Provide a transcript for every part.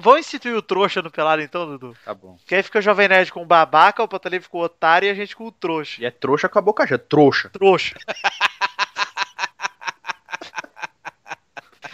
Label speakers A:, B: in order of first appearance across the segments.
A: Vão instituir o trouxa no pelado então, Dudu?
B: Tá bom.
A: Porque aí fica o Jovem Nerd com o babaca, o Pantaleão fica o otário e a gente com o trouxa.
B: E é trouxa com a boca já, trouxa.
A: Trouxa.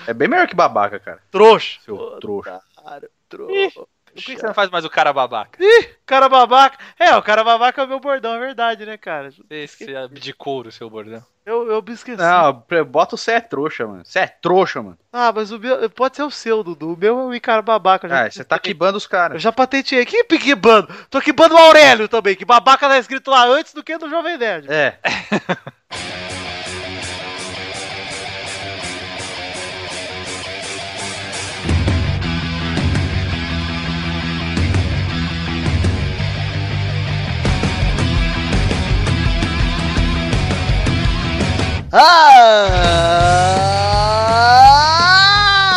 B: É bem melhor que babaca, cara.
A: Trouxa.
B: Seu trouxa.
A: Otário,
C: Ih,
A: trouxa.
C: Por que você não faz mais o cara babaca?
A: Cara babaca. É, o cara babaca é o meu bordão, é verdade, né, cara?
C: Esse abdicou do seu bordão.
A: Eu, eu me esqueci.
B: Não, pre- bota o cê é trouxa, mano. Cê é trouxa, mano.
A: Ah, mas o meu. Pode ser o seu, Dudu. O meu é o Icaro babaca. eu já-
B: Ah, você tá quibando os
A: Eu
B: caras.
A: já patenteei. Quem quibando? Tô quibando o Aurélio também, que babaca tá escrito lá antes do que no Jovem Nerd.
B: É.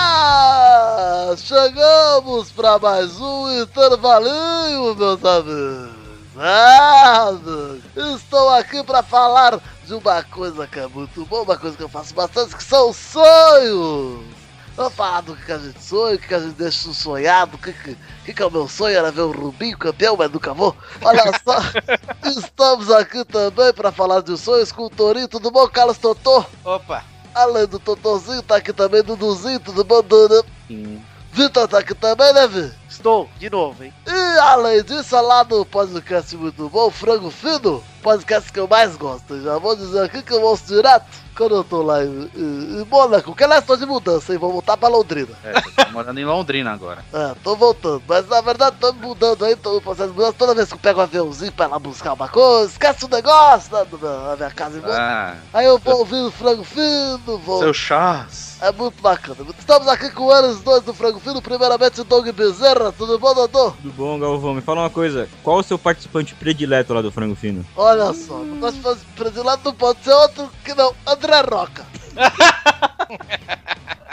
D: Ah! Chegamos para mais um intervalinho, meus amigos. Ah, meus. estou aqui para falar de uma coisa que é muito boa, uma coisa que eu faço bastante, que são os sonhos. Vamos falar do que a gente sonha, o que a gente deixa sonhado, o que, que, o que que é o meu sonho era ver o Rubinho campeão, mas nunca vou. Olha só, estamos aqui também para falar de sonhos com o Torinho. Tudo bom, Carlos Totô?
C: Opa!
D: Além do Totozinho, tá aqui também Duduzinho, tudo bom, Dudu? Vitor tá aqui também, né, Vi?
A: Estou, de novo, hein?
D: E além disso, lá no podcast muito bom, Frango Fino, podcast que eu mais gosto. Já vou dizer aqui que eu ouço direto quando eu tô lá em, em, em Mônaco, que aliás estou de mudança, hein? Vou voltar pra Londrina.
B: é tô morando em Londrina agora.
D: É, tô voltando, mas na verdade tô me mudando aí, tô no processo de mudança. Toda vez que eu pego um aviãozinho pra ir lá buscar uma coisa, esquece o negócio né, da, da- da minha casa em Mônaco.
B: Ah,
D: Aí eu vou ouvindo Frango Fino, vou.
B: seu Charles.
D: É muito bacana. Estamos aqui com eles dois do Frango Fino. Primeiramente, o Doug Bezerra. Tudo bom, Dodô?
E: Tudo bom, Galvão? Me fala uma coisa, qual o seu participante predileto lá do Frango Fino?
D: Olha só, nós fomos predileto, não pode ser outro que não. André Roca.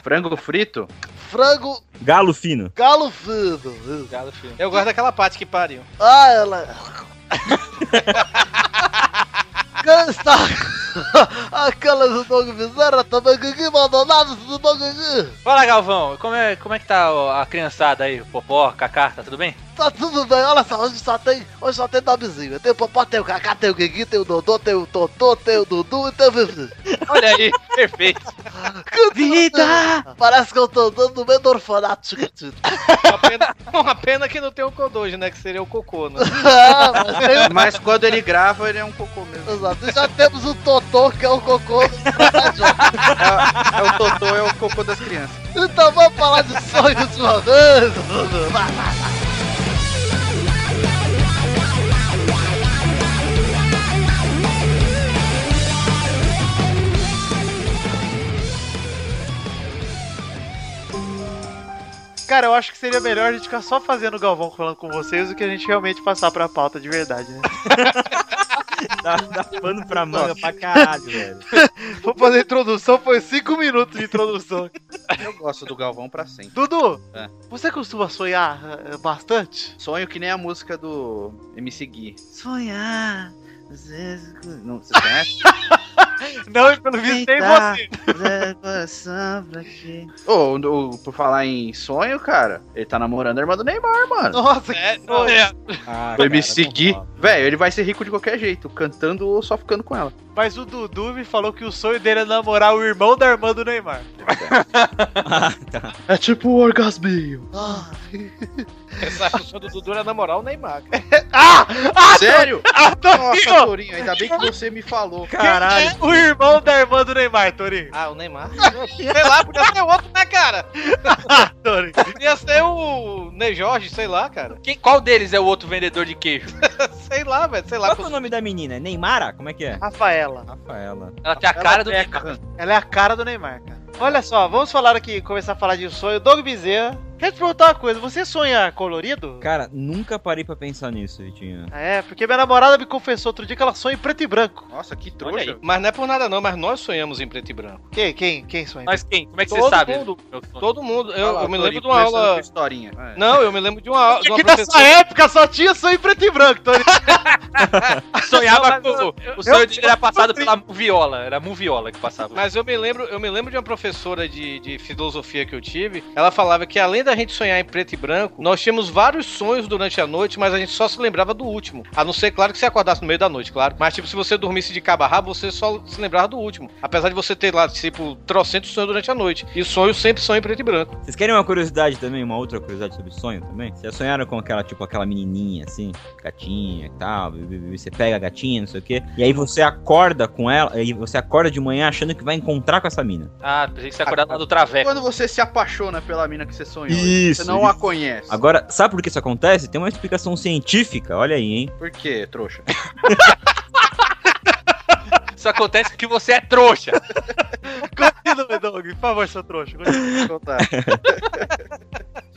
B: Frango frito?
D: Frango
E: Galo Fino.
D: Galo Fino.
C: Obrigado, filho.
F: Eu gosto daquela parte que pariu.
D: Ah, ela. Quem está? Aquela do Doug Bezerra também. Guigui Maldonado, tudo bom, Guigui?
C: Fala, Galvão. Como é, como é que tá ó, a criançada aí? Popó, Cacá, tá tudo bem?
D: Tá tudo bem, olha só, hoje só tem, hoje só tem nomezinho. Tem o Popó, tem o Cacá, tem o Guigui, tem o Dodô, tem o Totô, tem o Dudu e tem o Vivi.
C: Olha aí, perfeito.
D: Vida! Parece que eu tô andando no meio do orfanato chiquitito.
F: Uma pena, uma pena que não tem o Kodoji, né? Que seria o Cocô, né?
D: Ah, mas tem
B: Mas quando ele grava, ele é um cocô mesmo.
D: um- Exato. E já temos o Totô, que é o cocô.
B: É o Totô, é o cocô das crianças.
D: Então vamos falar de sonhos de uma vez. Vai, vai.
A: Cara, eu acho que seria melhor a gente ficar só fazendo o Galvão falando com vocês do que a gente realmente passar pra pauta de verdade, né?
E: Dá, dá pano pra manga pra caralho, velho.
A: Vou fazer a introdução, foi cinco minutos de introdução.
B: Eu gosto do Galvão pra sempre.
A: Dudu,
B: É.
A: você costuma sonhar eh, bastante?
B: Sonho que nem a música do MC Gui. Sonhar. às vezes- Não, você conhece?
A: Não, e pelo visto tem você.
B: Ô, o- o- por falar em sonho, cara, ele tá namorando a irmã do Neymar, mano.
A: Nossa,
F: É,
A: que sonho.
E: Ah,
B: Vai me
E: cara,
B: seguir.
E: não rola.
B: Velho, ele vai ser rico de qualquer jeito, cantando ou só ficando com ela.
A: Mas o Dudu me falou que o sonho dele é namorar o irmão da irmã do Neymar.
B: É tipo o orgasminho.
D: Ah,
F: Essa função do Dudu era namorar o Neymar. cara.
A: Ah!
F: tá.
A: Ah!
B: Sério?
A: Ah,
B: Nossa,
A: Torinho!
B: Torinho, ainda bem que você me falou.
E: Caralho.
A: é O irmão da irmã do Neymar, Torinho.
F: Ah, o Neymar? Sei lá, podia ser outro, né, cara?
A: Ah, Torinho.
F: Podia ser o Ney Jorge, sei lá, cara.
C: Quem, qual deles é o outro vendedor de queijo?
F: Sei lá, velho, sei lá.
E: Qual que é o nome da menina? É Neymara? Como é que é?
A: Rafaela.
E: Rafaela.
C: Ela tem a cara do Neymar.
A: Ela é a cara do Neymar, cara. Olha só, vamos falar aqui, começar a falar de sonho. Doug Bezerra, quero te perguntar uma coisa, você sonha colorido?
E: Cara, nunca parei pra pensar nisso, Vitinho.
A: Ah, É, porque minha namorada me confessou outro dia que ela sonha em preto e branco.
B: Nossa, que
F: Olha aí.
B: trouxa.
F: Mas não é por nada não, mas nós sonhamos em preto e branco.
A: Quem, quem, quem sonha?
C: Mas quem? Como é que você
F: Todo
C: sabe?
F: mundo.
C: meu sonho?
F: Todo mundo,
B: Olha
F: eu,
B: lá,
F: eu me
B: Torinho,
F: lembro de uma
B: começando com
F: aula...
B: Historinha. É.
F: Não, eu me lembro de uma, de
A: É
F: uma
A: que nessa
F: professora...
A: época só tinha sonho em preto e branco, Tony.
C: sonhava
F: Não, mas
C: com.
F: eu-
C: O sonho
F: eu-
C: dele era passado
F: eu-
C: pela viola. Era a viola que passava.
F: Mas eu me lembro, eu me lembro de uma professora de, de filosofia que eu tive. Ela falava que além da gente sonhar em preto e branco, nós tínhamos vários sonhos durante a noite, mas a gente só se lembrava do último. A não ser, claro, que você acordasse no meio da noite, claro. Mas, tipo, se você dormisse de cabo a rabo, você só se lembrava do último. Apesar de você ter lá, tipo, trocentos sonhos durante a noite. E os sonhos sempre são em preto e branco.
E: Vocês querem uma curiosidade também, uma outra curiosidade sobre sonho também? Vocês já sonharam com aquela, tipo, aquela menininha, assim, gatinha e tal, bi, bi, bi, você pega a gatinha, não sei o quê, e aí você acorda com ela, aí você acorda de manhã achando que vai encontrar com essa mina.
C: Ah, pensei que você acordava lá do Traveco.
B: é Quando você se apaixona pela mina que você sonhou,
E: Isso,
B: você não
E: isso.
B: a conhece.
E: Agora, sabe por que isso acontece? Tem uma explicação científica, olha aí, hein?
B: Por quê, trouxa?
C: Isso acontece porque você é trouxa.
A: Continue, Doug, por favor, seu trouxa. continue.
B: Então tá.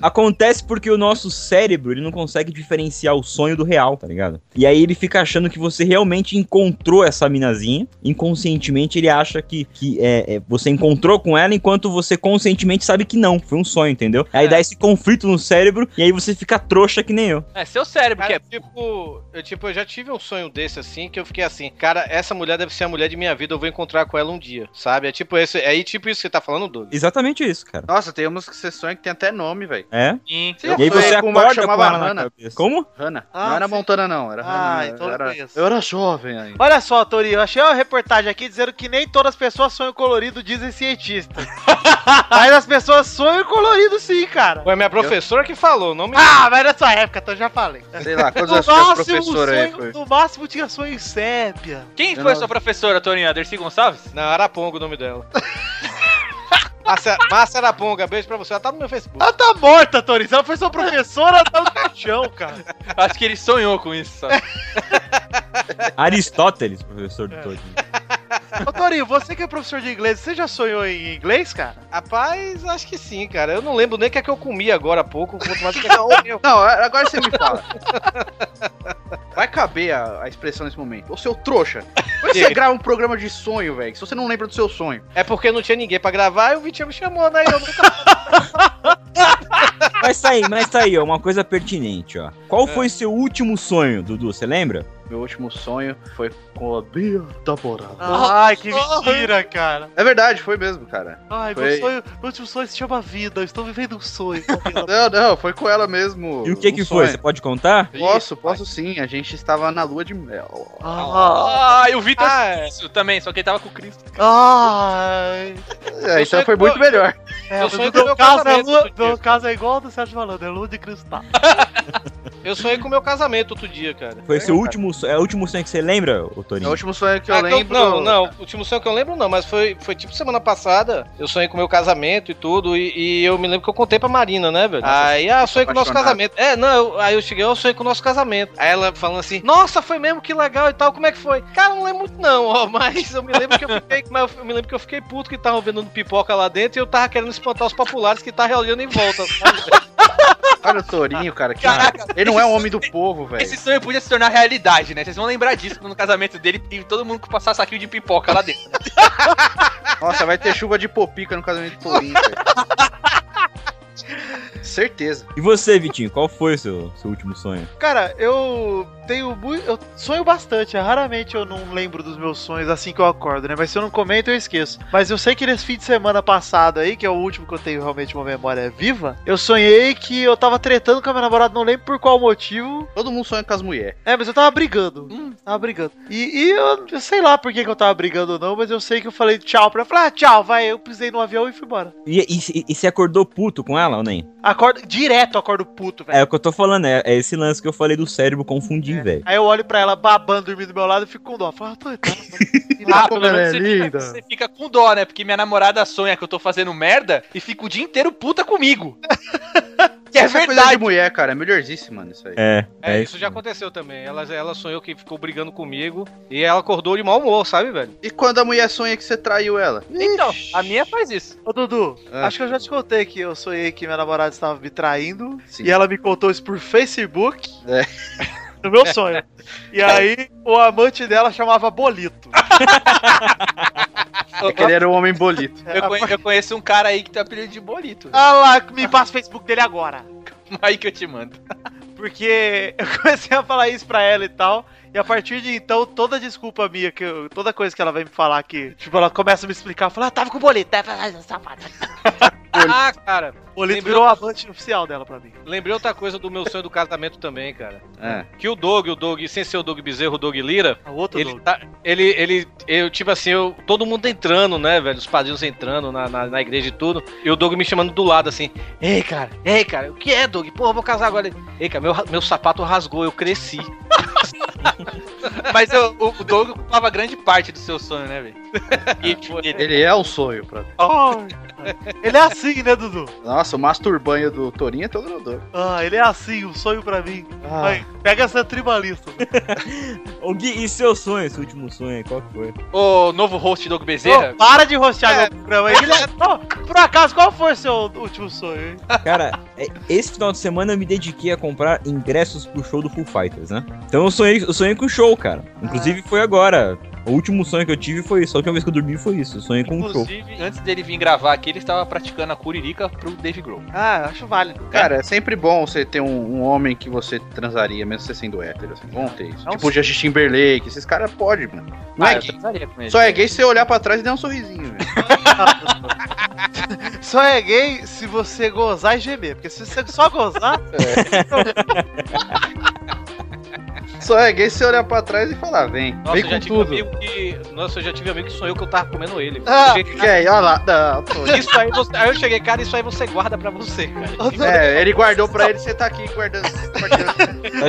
E: Acontece porque o nosso cérebro, ele não consegue diferenciar o sonho do real, tá ligado? E aí ele fica achando que você realmente encontrou essa minazinha, inconscientemente ele acha que, que é, é, você encontrou com ela, enquanto você conscientemente sabe que não, foi um sonho, entendeu? Aí
C: É.
E: dá esse conflito no cérebro, e aí você fica trouxa que nem eu.
C: É seu cérebro que
F: Cara,
C: é.
F: tipo, eu, tipo, eu já tive um sonho desse assim, que eu fiquei assim, cara, essa mulher deve ser a mulher de minha vida, eu vou encontrar com ela um dia, sabe? É tipo esse, é aí tipo isso que você tá falando, Doug.
E: Exatamente isso, cara.
B: Nossa, tem umas que você sonha que tem até nome, velho.
E: É?
C: Sim.
B: Eu
E: E
B: sonhei
E: aí você
B: com uma que
E: acorda com
B: chamava
E: ela na
B: Hannah.
E: cabeça. Como?
B: Hannah.
A: Ah,
B: não era
A: sim.
B: Montana, não. Era
A: Ah,
B: Hannah.
A: então não
B: era...
A: conheço.
B: Eu era jovem ainda.
A: Olha só, Tori, eu achei uma reportagem aqui dizendo que nem todas as pessoas sonham colorido, dizem cientistas. Mas as pessoas sonham colorido sim, cara.
F: Foi a minha professora que falou, não me.
A: Ah, mas na sua época, então eu já falei.
B: Sei lá,
A: No
B: quantas as suas
A: máximo,
B: professoras aí
A: é um sonho,
B: foi?
A: no máximo tinha sonho em sépia.
C: Quem
B: Eu
C: foi
B: não-
C: sua professora, Toninho? A Dercy Gonçalves?
F: Não, Araponga o nome dela. Márcia, Márcia Araponga, beijo pra você. Ela tá no meu Facebook.
A: Ela tá morta, Tori. Se ela foi sua professora, ela tá no caixão, cara.
C: Acho que ele sonhou com isso, sabe?
E: Aristóteles, professor do
A: É.
E: Tolkien.
A: Ô, Tori, você que é professor de inglês, você já sonhou em inglês, cara?
F: Rapaz, acho que sim, cara. Eu não lembro nem o que é que eu comi agora há pouco. Quanto mais o que é que eu comi.
B: Não, agora você me fala. Vai caber a, a expressão nesse momento. Ô seu trouxa, como é que você
F: Diga.
B: grava um programa de sonho, velho? Se você não lembra do seu sonho.
F: É porque não tinha ninguém pra gravar e o Vitinho me chamou, né? Eu nunca...
E: Mas tá aí, mas tá aí, ó, uma coisa pertinente, ó. Qual
B: É.
E: foi seu último sonho, Dudu? Você lembra?
B: Meu último sonho foi com a Bia da
A: Ah.
B: Morada.
A: Ai, que mentira, cara.
B: É verdade, foi mesmo, cara.
A: Ai,
B: Foi.
A: meu sonho, meu último sonho se chama vida. Eu estou vivendo um sonho.
B: Não, não, foi com ela mesmo.
E: E o que
B: um
E: que foi? Você
B: sonho.
E: pode contar?
B: Posso, posso sim. A gente estava na lua de mel.
A: Ah,
C: Ah, e o Vitor
F: Ah, é.
C: isso também, só que ele tava com o Cristo.
A: Ah, ai.
B: É, então
F: sonho
B: foi
F: foi-
B: muito melhor.
A: É,
F: Eu
A: mas
F: sonhei
A: o
F: com
A: meu
F: meu
A: caso é
F: casamento
A: lua,
F: outro dia.
A: meu caso é igual ao do Sérgio Malandro, é lua de cristal.
F: Eu sonhei com o meu casamento outro dia, cara.
E: Foi
B: É,
E: seu
B: cara.
E: último sonho, é o último sonho que você lembra, ô
B: É o
E: Torinho?
B: último sonho que eu
F: Ah, então,
B: lembro.
F: Não, não, o último sonho que eu lembro não, mas foi, foi tipo semana passada. Eu sonhei com o meu casamento e tudo, e, e eu me lembro que eu contei pra Marina, né, velho?
B: Nossa,
F: aí, ah, sonhei com o nosso
B: apaixonado.
F: casamento. É, não, eu- aí eu cheguei, eu sonhei com o nosso casamento. Aí ela falando assim, nossa, foi mesmo, que legal e tal, como é que foi? Cara, eu não lembro muito não, ó, mas eu me lembro que eu fiquei, mas eu me lembro que eu fiquei puto que tava vendendo pipoca lá dentro e eu tava querendo espantar os populares que tava olhando em volta. sabe?
B: Olha o Torinho, cara. Que...
C: Caraca,
B: Ele não é um homem do povo,
C: Esse
B: velho.
C: sonho podia se tornar realidade, né? Vocês vão lembrar disso no casamento dele e todo mundo que passar saquinho de pipoca lá dentro.
B: Nossa, vai ter chuva de popica no casamento do Torinho, velho. Certeza.
E: E você, Vitinho, qual foi seu, seu último sonho?
A: Cara, eu tenho muito. Eu sonho bastante. Raramente eu não lembro dos meus sonhos assim que eu acordo, né? Mas se eu não comento, eu esqueço. Mas eu sei que nesse fim de semana passado aí, que é o último que eu tenho realmente uma memória viva, eu sonhei que eu tava tretando com a minha namorada, não lembro por qual motivo.
B: Todo mundo sonha com as mulheres.
A: É, mas eu tava brigando. Tava brigando. E, e eu, eu sei lá por que, que eu tava brigando ou não, mas eu sei que eu falei tchau pra ela. Falei, ah, tchau, vai. Eu pisei no avião e fui embora.
E: E, e, e você acordou puto com ela ou nem?
A: Acordo, direto acordo puto, velho.
E: É o que eu tô falando, é, é esse lance que eu falei do cérebro confundir,
B: É.
E: velho.
A: Aí eu olho pra ela babando, dormindo do meu lado e fico com dó. Falo, tô, tá, E
B: Ah,
A: lá,
C: Ah, pelo
B: é
C: menos você, fica, você fica com dó, né? Porque minha namorada sonha que eu tô fazendo merda e fica o dia inteiro puta comigo. que é
B: Essa é coisa de
C: verdade.
B: mulher, cara. É melhorzíssimo, mano, isso aí.
E: É,
F: É, isso já aconteceu também. Ela, ela sonhou que ficou brigando comigo e ela acordou de mau humor, sabe, velho?
B: E quando a mulher sonha que você traiu ela?
C: Então, a minha faz isso.
A: Ô Dudu,
B: Ah.
A: acho que eu já te contei que eu sonhei que minha namorada estava me traindo
B: Sim.
A: e ela me contou isso por Facebook.
B: É.
A: No meu sonho. E aí, o amante dela chamava Bolito.
B: É que ele era um homem bolito.
C: Eu, conhe- eu conheço um cara aí que tem o apelido de Bolito.
A: Ah lá, me passa o Facebook dele agora.
C: Aí que eu te mando.
A: Porque eu comecei a falar isso pra ela e tal. E a partir de então, toda desculpa minha, que eu- toda coisa que ela vem me falar que, tipo, ela começa a me explicar, fala, ah, tava com o boleto, né? safada.
F: Ah, cara,
A: O boleto
F: Lembrou-
A: virou a amante oficial dela pra mim.
F: lembrei outra coisa do meu sonho do casamento também, cara.
B: É.
F: Que o Doug, o Doug, sem ser o Doug Bezerro, o Doug Lira,
A: A outra
F: ele
A: do...
F: tá. Ele, ele, eu, tipo assim, eu, todo mundo entrando, né, velho? Os padrinhos entrando na, na, na igreja e tudo. E o Doug me chamando do lado, assim: Ei, cara, ei, cara, o que é, Doug? Pô, eu vou casar agora. Ele, Ei, cara, meu, ra- meu sapato rasgou, eu cresci.
C: Mas eu- o, o Doug ocupava grande parte do seu sonho, né, velho?
B: Ah,
C: E, tipo, ele-
B: Ele é um sonho pra
A: Ai, ele é assim, né, Dudu?
B: Nossa, o masturbanho do Torinho é todo no Doug.
A: Ah, ele é assim, um sonho pra mim.
B: Ah,
A: Ai, pega essa tribalista.
E: Ô, Gui, e seu sonho, esse último sonho aí, qual que foi?
B: é.
C: o novo host Doug Bezerra.
A: Ô, para de rostear meu programa aí. Guilherme. Ô, por acaso, qual foi o seu último sonho, hein?
E: Cara, é- esse final de semana eu me dediquei a comprar ingressos pro show do Full Fighters, né? Então eu sonhei, eu sonhei com o show, cara. Inclusive
B: É.
E: foi agora. O último sonho que eu tive foi isso. A última vez que eu dormi foi isso. Eu sonhei com o show.
C: Inclusive, antes dele vir gravar aqui, ele estava praticando a curirica pro Dave Grohl.
A: Ah, acho válido.
B: cara, é sempre bom você ter um, um homem que você transaria, mesmo você sendo hétero. Assim. Bom ter isso.
A: É um
B: tipo o Justin Timberlake, esses caras podem, mano. Não é
C: Ah, eu
B: gay.
C: transaria com ele.
B: Só é gay se você olhar pra trás e dar um sorrisinho, velho.
A: Só é gay se você gozar e gemer. Porque se você só gozar,
B: Só é gay se você olhar pra trás e falar, vem.
F: Nossa,
B: vem
F: eu
B: com
F: já tive
B: tudo.
F: amigo que. Nossa, eu já tive amigo que sonhou que eu tava comendo ele.
A: Ah,
F: Eu cheguei,
B: Que aí, olha lá. Não,
F: cara, isso aí, você- aí eu cheguei, cara, isso aí você guarda pra você, cara.
B: É, ele guardou pra ele, você tá aqui guardando. guardando.
E: Tá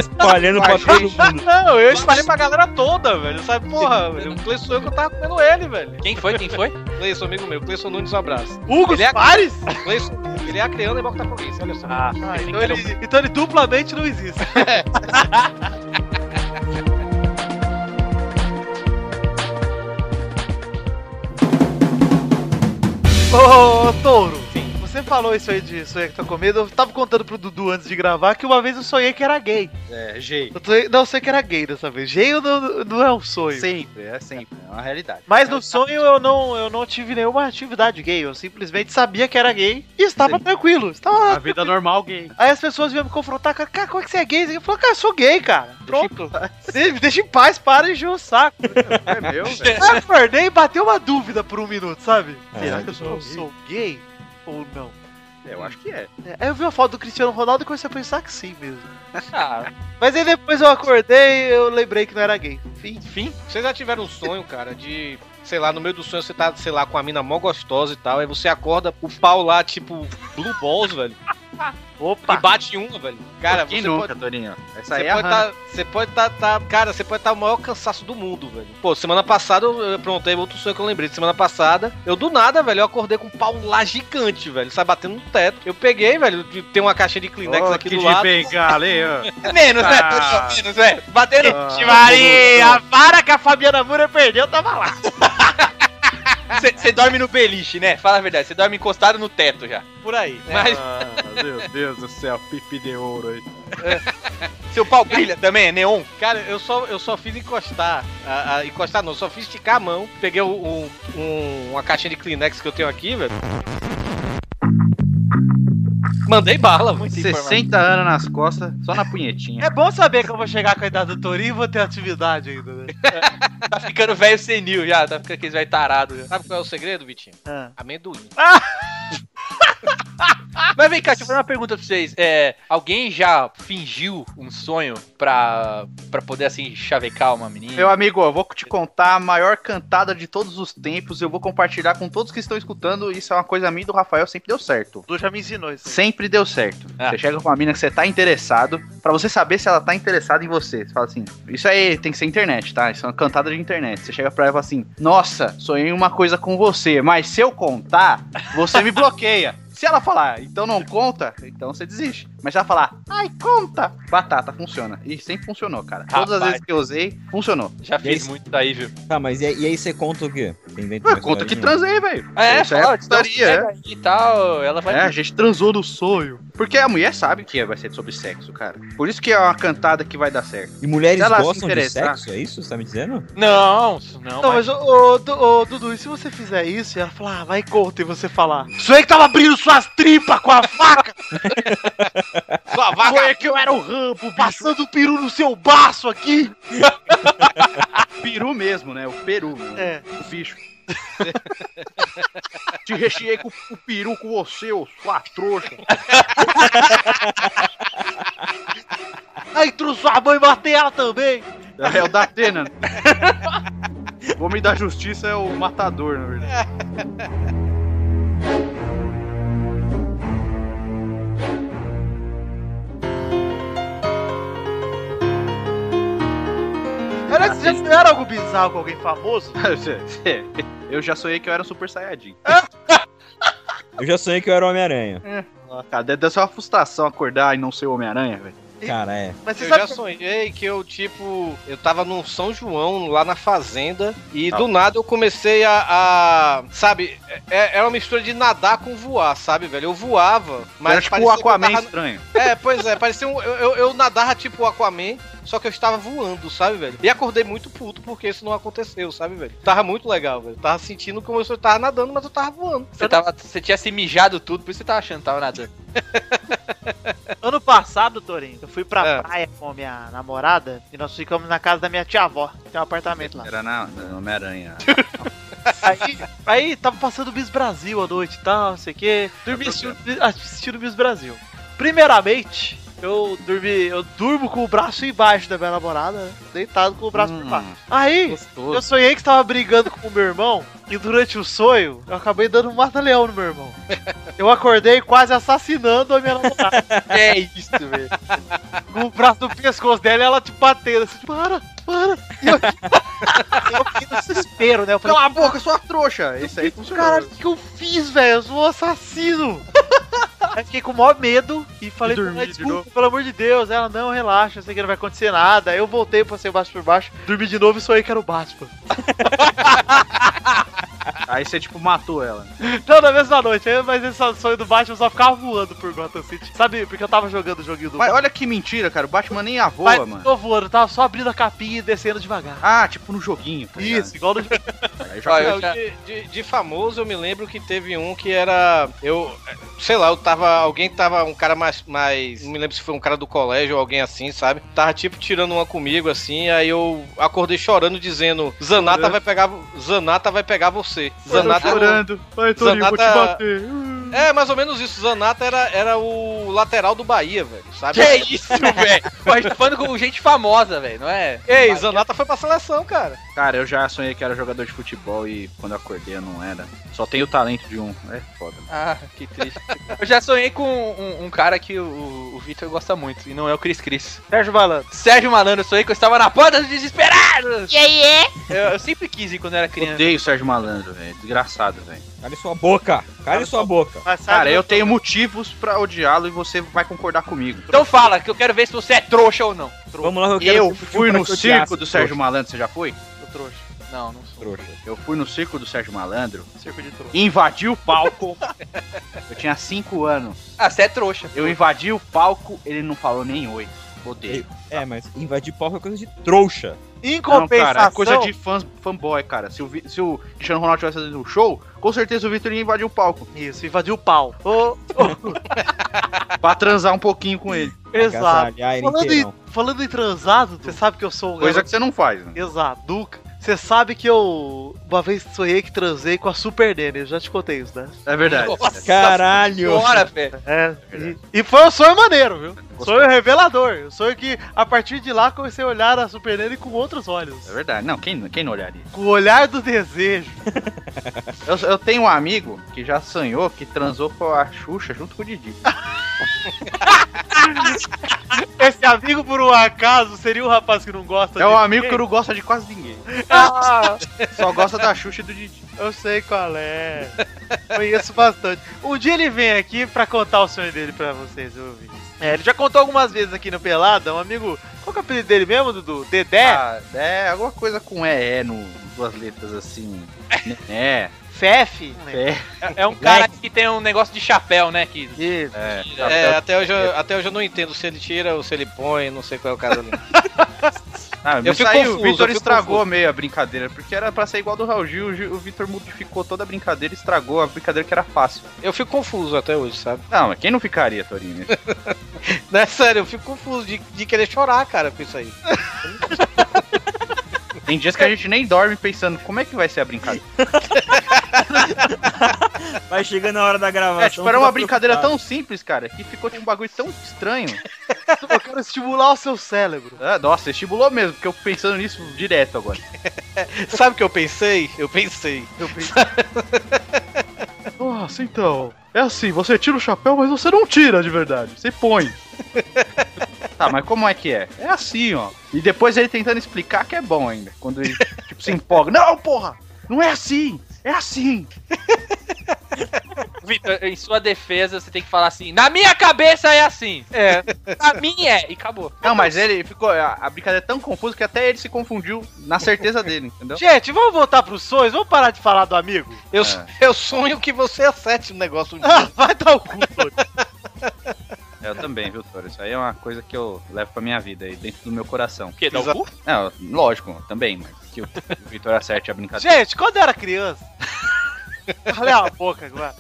E: espalhando pra todo mundo.
F: Não, eu espalhei pra galera toda, velho. Sabe, porra, velho, o Cleison sonhou que eu tava comendo ele, velho.
C: Quem foi? Quem foi?
F: Cleison, amigo meu, Cleison Nunes, um abraço.
A: Hugo
F: Ele é-
A: Soares?
F: Cleison, ele é acreano e botafoguense, olha só.
C: Ah,
A: Ah,
C: ele
A: então, ele, então ele duplamente não existe. Ô, Touro, você falou isso aí de sonhar que tá com medo. Eu tava contando pro Dudu antes de gravar que uma vez eu sonhei que era gay.
B: É, jeito.
A: Eu sonhei- não, eu sei que era gay dessa vez. Gay não, não é um sonho.
B: Sempre, é sempre. É uma realidade.
A: Mas no sonho eu não, eu não tive nenhuma atividade gay. Eu simplesmente sabia que era gay e estava tranquilo. Estava...
G: A vida normal gay.
A: Aí as pessoas vinham me confrontar, cara, cara, como é que você é gay? Eu falei, cara, eu sou gay, cara. Pronto. Deixa, deixa em paz, para de encher o saco.
B: É meu, velho.
A: Aí eu acordei e bateu uma dúvida por um minuto, sabe?
E: É.
A: Será que eu sou, sou gay ou não?
B: Eu acho que é.
A: É, Aí eu vi uma foto do Cristiano Ronaldo e comecei a pensar que sim mesmo.
C: Ah,
A: Mas aí depois eu acordei e eu lembrei que não era gay. Enfim.
C: enfim.
F: Vocês já tiveram um sonho, cara, de. Sei lá, no meio do sonho você tá, sei lá, com a mina mó gostosa e tal. Aí você acorda, o pau lá, tipo, Blue Balls, velho. E
A: Opa!
F: bate em uma, velho. Cara,
G: Quem
F: você
G: nunca,
F: pode.
G: Torinho?
B: Essa aí
F: Você
B: é a
F: pode,
B: Hannah.
F: tá, você pode tá, tá- Cara, você pode estar tá o maior cansaço do mundo, velho. Pô, semana passada eu eu- pronto, aí outro sonho que eu lembrei. Semana passada, eu do nada, velho, eu acordei com um pau lá gigante, velho. Sai batendo no teto. Eu peguei, velho, de- tem uma caixa de Kleenex
B: Oh,
G: Ô,
F: aqui
G: que
F: do
G: de
F: lado.
G: bengala, hein, ó.
C: Menos, né?
G: Ah.
C: Todos são Menos, é. Bateram.
A: Vixe, Maria, a vara que a Fabiana Moura perdeu tava lá.
C: Você dorme no beliche, né? Fala a verdade. Você dorme encostado no teto já. Por aí.
A: É.
C: Mas
G: Ah, meu Deus do céu, pipi de ouro aí.
C: seu pau brilha também, é neon.
F: Cara, eu só, eu só fiz encostar. a- a- encostar não, só fiz esticar a mão. Peguei o- o- um- uma caixinha de Kleenex que eu tenho aqui, velho. Mandei bala, mano.
C: Muita informação.
B: 60 anos nas costas, só na punhetinha.
A: É bom saber que eu vou chegar com a idade do Torinho e vou ter atividade ainda, né?
C: Tá ficando velho senil já. Tá ficando aqueles velho tarado já.
F: Sabe qual é o segredo, Vitinho?
A: Ah.
F: Amendoim.
C: Mas vem cá, deixa eu fazer uma pergunta pra vocês. É, alguém já fingiu um sonho pra, pra poder, assim, chavecar uma menina?
B: Meu amigo, ó, eu vou te contar a maior cantada de todos os tempos. Eu vou compartilhar com todos que estão escutando. Isso é uma coisa minha e do Rafael, sempre deu certo.
A: Dudu já me ensinou isso. aí.
B: Sempre deu certo.
C: Ah.
B: Você chega com uma mina que você tá interessado, pra você saber se ela tá interessada em você. Você fala assim: Isso aí tem que ser internet, tá? Isso é uma cantada de internet. Você chega pra ela e fala assim: Nossa, sonhei uma coisa com você, mas se eu contar, você me bloqueia. Se ela falar, então não conta, então você desiste. Mas se ela falar, ai, conta, batata, funciona. E sempre funcionou, cara. Todas as
C: Rapaz.
B: vezes que eu usei, funcionou.
C: Já fiz
E: Esse-
C: muito daí, viu?
E: Tá, mas e, aí- e aí você conta o quê? Você inventa
B: Ah,
E: uma
B: conta que
E: historinha.
B: transei, velho.
C: É,
B: Isso é
C: fala,
B: putaria,
C: então, pega aí e tal, ela vai...
B: É, a gente transou no sonho. Porque a mulher sabe que vai ser sobre sexo, cara. Por isso que é uma cantada que vai dar certo.
E: E mulheres
B: Ela se né?
E: gostam de
B: interessar.
E: sexo, é isso que você tá me dizendo?
C: Não, isso não,
A: Não,
C: mas...
A: mas, ô, ô, Du- ô, Dudu, e se você fizer isso e ela falar, ah, vai e conta e você falar, sou eu que tava abrindo suas tripas com a faca,
C: Sua vaga...
A: foi que eu era o rampo, passando o peru no seu baço aqui.
B: Peru mesmo, né? O peru. né?
A: É,
B: O bicho. Te recheei com o peru com você, ô sua trouxa.
A: aí trouxe sua mãe e matei ela também.
B: É o da Atena. O homem da justiça é o matador, na verdade.
A: Olha que vocês fizeram algo bizarro com alguém famoso?
B: Eu já sonhei que eu era um super saiyajin.
E: Eu já sonhei que eu era o Homem-Aranha.
B: Cara, deve deve ser uma frustração acordar e não ser o Homem-Aranha, velho.
E: Cara, é.
A: Mas você
F: Eu
A: sabe
F: já
A: que...
F: sonhei que eu, tipo, eu tava num São João lá na fazenda e do nada eu comecei a. a- sabe, é, é uma mistura de nadar com voar, sabe, velho? Eu voava,
B: Mas era
F: mas
B: tipo o
F: parecia que eu
B: Aquaman
F: tava-
B: estranho.
F: É, pois é, parecia um. Eu, eu, eu nadava tipo o Aquaman, só que eu estava voando, sabe, velho? E acordei muito puto porque isso não aconteceu, sabe, velho? Tava muito legal, velho. Tava sentindo como se eu tava nadando, mas eu tava voando.
C: Você, tava, você tinha se mijado tudo, por isso você tava achando que tava nadando.
A: Ano passado, Torinho, eu fui pra
F: É.
A: praia com a minha namorada e nós ficamos na casa da minha tia-avó, que tem um apartamento lá.
B: Era na, na Homem-Aranha.
A: Aí, aí tava passando Miss Brasil à noite e tal, não sei o quê. Dormi assistindo, assistindo Miss Brasil. Primeiramente, eu dormi, eu durmo com o braço embaixo da minha namorada, né? deitado com o
C: Hum.
A: braço
B: Hum.
A: por baixo. Aí, eu
F: Gostoso.
A: sonhei que estava brigando com o meu irmão e durante o sonho eu acabei dando um mata-leão no meu irmão. Eu acordei quase assassinando a minha namorada
C: é isso, velho.
A: com o braço no pescoço dela e ela te batendo assim, para, para. E eu, eu fiquei no desespero, né? Eu falei,
B: Cala a boca, sua trouxa! Isso aí funcionou.
A: Cara, o que que eu fiz, velho? Eu sou um assassino! Aí fiquei com o maior medo e falei,
G: dormi
A: "Cara,
G: de
A: desculpa, pelo amor de Deus. Ela, não, relaxa, eu sei que não vai acontecer nada. Aí eu voltei, passei o Batman por baixo, dormi de novo e sonhei que era o Batman.
B: Aí você, tipo, matou ela.
A: Não, na mesma noite, aí- mas esse sonho do Batman eu só ficava voando por Gotham City. Sabe, porque eu tava jogando o joguinho do
B: Mas olha que mentira, cara. O Batman nem a voa,
A: Mas não
B: mano.
A: tô voando, eu tava só abrindo a capinha e descendo devagar.
B: Ah, tipo no joguinho. tá ligado?
A: Isso, igual no jogo.
B: Aí
C: Ó,
B: joga-
C: eu
F: Não,
C: já-
F: de, de- de famoso eu me lembro que teve um que era. Eu. Sei lá, eu tava. Alguém tava. Um cara mais. mais não me lembro se foi um cara do colégio ou alguém assim, sabe? Tava tipo tirando uma comigo assim. Aí eu acordei chorando dizendo: Zanata
G: Chorando.
F: vai pegar. vo- Zanata vai pegar você.
G: Zanata
F: Zanata.
G: chorando. Vai, Torinho, vou te
F: Zanata-
G: bater.
F: É, mais ou menos isso. Zanata era, era o lateral do Bahia, velho, sabe?
C: Que isso, velho? Mas tô falando com gente famosa, velho, não é?
F: Ei, Zanata foi pra seleção, cara.
B: Cara, eu já sonhei que era jogador de futebol e quando eu acordei eu não era. Só tem o talento de um. É foda. mano.
C: Ah, que triste. Eu já sonhei com um, um cara que o, o Victor gosta muito, e não é o Cris Cris.
A: Sérgio Malandro.
C: Sérgio Malandro, eu sonhei que eu estava na porta dos desesperados! E aí, é? Eu, eu sempre quis ir quando eu era criança.
B: Odeio o Sérgio Malandro, velho. Desgraçado, velho.
E: Cale sua boca! Cale sua boca!
A: Mas sabe-
B: Cara, eu tenho motivos pra odiá-lo e você vai concordar comigo.
C: Então fala, que eu quero ver se você é trouxa ou não.
E: Vamos lá, eu quero
B: Eu
E: ver o
B: fui
E: filme
B: no
E: pra que eu te acho,
B: circo do Sérgio Malandro, você já foi?
C: Sou trouxa. Não, não sou.
E: Trouxa.
B: Eu fui no circo do Sérgio Malandro,
A: Circo de trouxa.
B: invadi o palco. eu tinha 5 anos.
C: Ah, você é trouxa.
B: Eu invadi o palco, ele não falou nem oi. Odeio.
E: É, mas invadir palco é coisa de trouxa.
A: Em
B: Não, cara,
A: compensação,
B: é coisa de fãs, fanboy, cara. Se o, Vi- se o Cristiano Ronaldo tivesse fazendo um show, com certeza o Vitor ia invadir o palco.
A: isso, invadiu o pau. Ô,
B: pra transar um pouquinho com ele.
A: exato.
E: Agasalhar ele
A: Falando
E: inteirão.
A: em, falando em transado, você sabe que eu sou um
B: Coisa
A: garoto
B: que você não faz, né?
A: exaduca. Você sabe que eu uma vez sonhei que transei com a Super Nene, eu já te contei isso, né?
B: É verdade.
E: Caralho!
C: Bora, velho.
A: É, e, e foi um sonho maneiro, viu? Sonho revelador. Um sonho que a partir de lá comecei a olhar a Super Nene com outros olhos.
B: É verdade. Não, quem, quem não olharia?
A: Com o olhar do desejo.
B: Eu, eu tenho um amigo que já sonhou que transou com a Xuxa junto com o Didi.
A: Esse amigo, por um acaso, seria um rapaz que não gosta
B: É um
A: de
B: amigo que
A: ninguém?
B: É um não gosta de quase ninguém. Ah! Só gosta da Xuxa e do Didi.
A: Eu sei qual é. Conheço bastante. Um dia ele vem aqui pra contar o sonho dele pra vocês, ouvintes. É, ele já contou algumas vezes aqui no Pelada, um amigo. Qual que é o apelido dele mesmo, Dudu? Dedé?
B: Ah, é, alguma coisa com E, E, no, duas letras assim. É,
A: Fefe?
B: é.
C: É, é um cara que tem um negócio de chapéu, né? Que
A: Isso.
B: é.
F: É, até hoje, eu- até hoje eu não entendo se ele tira ou se ele põe, não sei qual é o caso ali.
B: Ah,
F: Eu
B: eu
F: fico
B: saiu,
F: confuso,
B: o Vitor
F: eu fico
B: estragou
F: confuso.
B: meio a brincadeira, porque era pra ser igual do Raul Gil, o Gil- o Vitor modificou toda a brincadeira, e estragou a brincadeira que era fácil.
F: Eu fico confuso até hoje, sabe?
B: Não, mas quem não ficaria, Torinho?
F: Não, é sério, eu fico confuso de, de querer chorar, cara, com isso aí.
B: Tem dias que a gente nem dorme pensando como é que vai ser a brincadeira.
E: Vai chegando a hora da gravação. tá
B: É, tipo, era uma
E: fica
B: brincadeira
E: preocupado.
B: tão simples, cara, que ficou tipo um bagulho tão estranho.
A: Eu quero estimular o seu cérebro.
B: Ah, nossa, estimulou mesmo, porque eu fico pensando nisso direto agora.
F: Sabe o que eu pensei? Eu pensei.
A: Eu pensei,
G: Nossa, então. É assim, você tira o chapéu, mas você não tira de verdade. Você põe.
B: Tá, mas como é que é? É assim, ó. E depois ele tentando explicar que é bom ainda. Quando ele, tipo, se empolga. Não, porra! Não é assim! É assim!
C: Vitor, em sua defesa, você tem que falar assim: na minha cabeça é assim.
B: É.
C: Pra mim é. E acabou.
B: Não, mas ele ficou. A, a brincadeira é tão confusa que até ele se confundiu na certeza dele, entendeu?
A: Gente, vamos voltar pros sonhos? Vamos parar de falar do amigo?
F: Eu, eu sonho que você acerte um negócio um dia.
A: Ah, vai dar o cu, Flores.
B: Eu também, viu, Toro? Isso aí é uma coisa que eu levo pra minha vida aí, dentro do meu coração.
C: O quê? Dá o cu?
B: Não, lógico, também, mas que o, o Vitor acerte a brincadeira.
A: Gente, quando eu era criança. Falei a boca agora.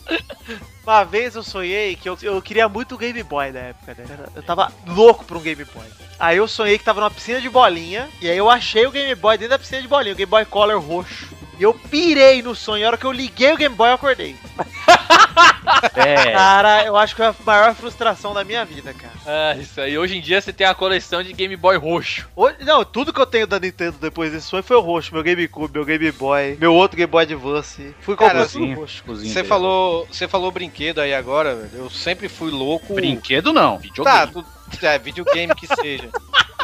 A: Uma vez eu sonhei que eu, eu queria muito o Game Boy na época, né? Era- Eu tava louco por um Game Boy. Aí eu sonhei que tava numa piscina de bolinha, e aí eu achei o Game Boy dentro da piscina de bolinha, o Game Boy Color roxo. E eu pirei no sonho, a hora que eu liguei o Game Boy eu acordei.
B: É.
A: Cara, eu acho que foi a maior frustração da minha vida, cara.
C: Ah, isso aí. Hoje em dia você tem a coleção de Game Boy roxo.
A: Hoje- não, tudo que eu tenho da Nintendo depois desse sonho foi o roxo. Meu GameCube, meu Game Boy, meu outro Game Boy Advance. Fui
F: Cara,
A: comprando tudo
B: assim,
A: roxo.
F: Você falou, você falou brinquedo aí agora, velho. Eu sempre fui louco.
B: Brinquedo não, videogame.
F: Tá, tu, é, videogame que seja.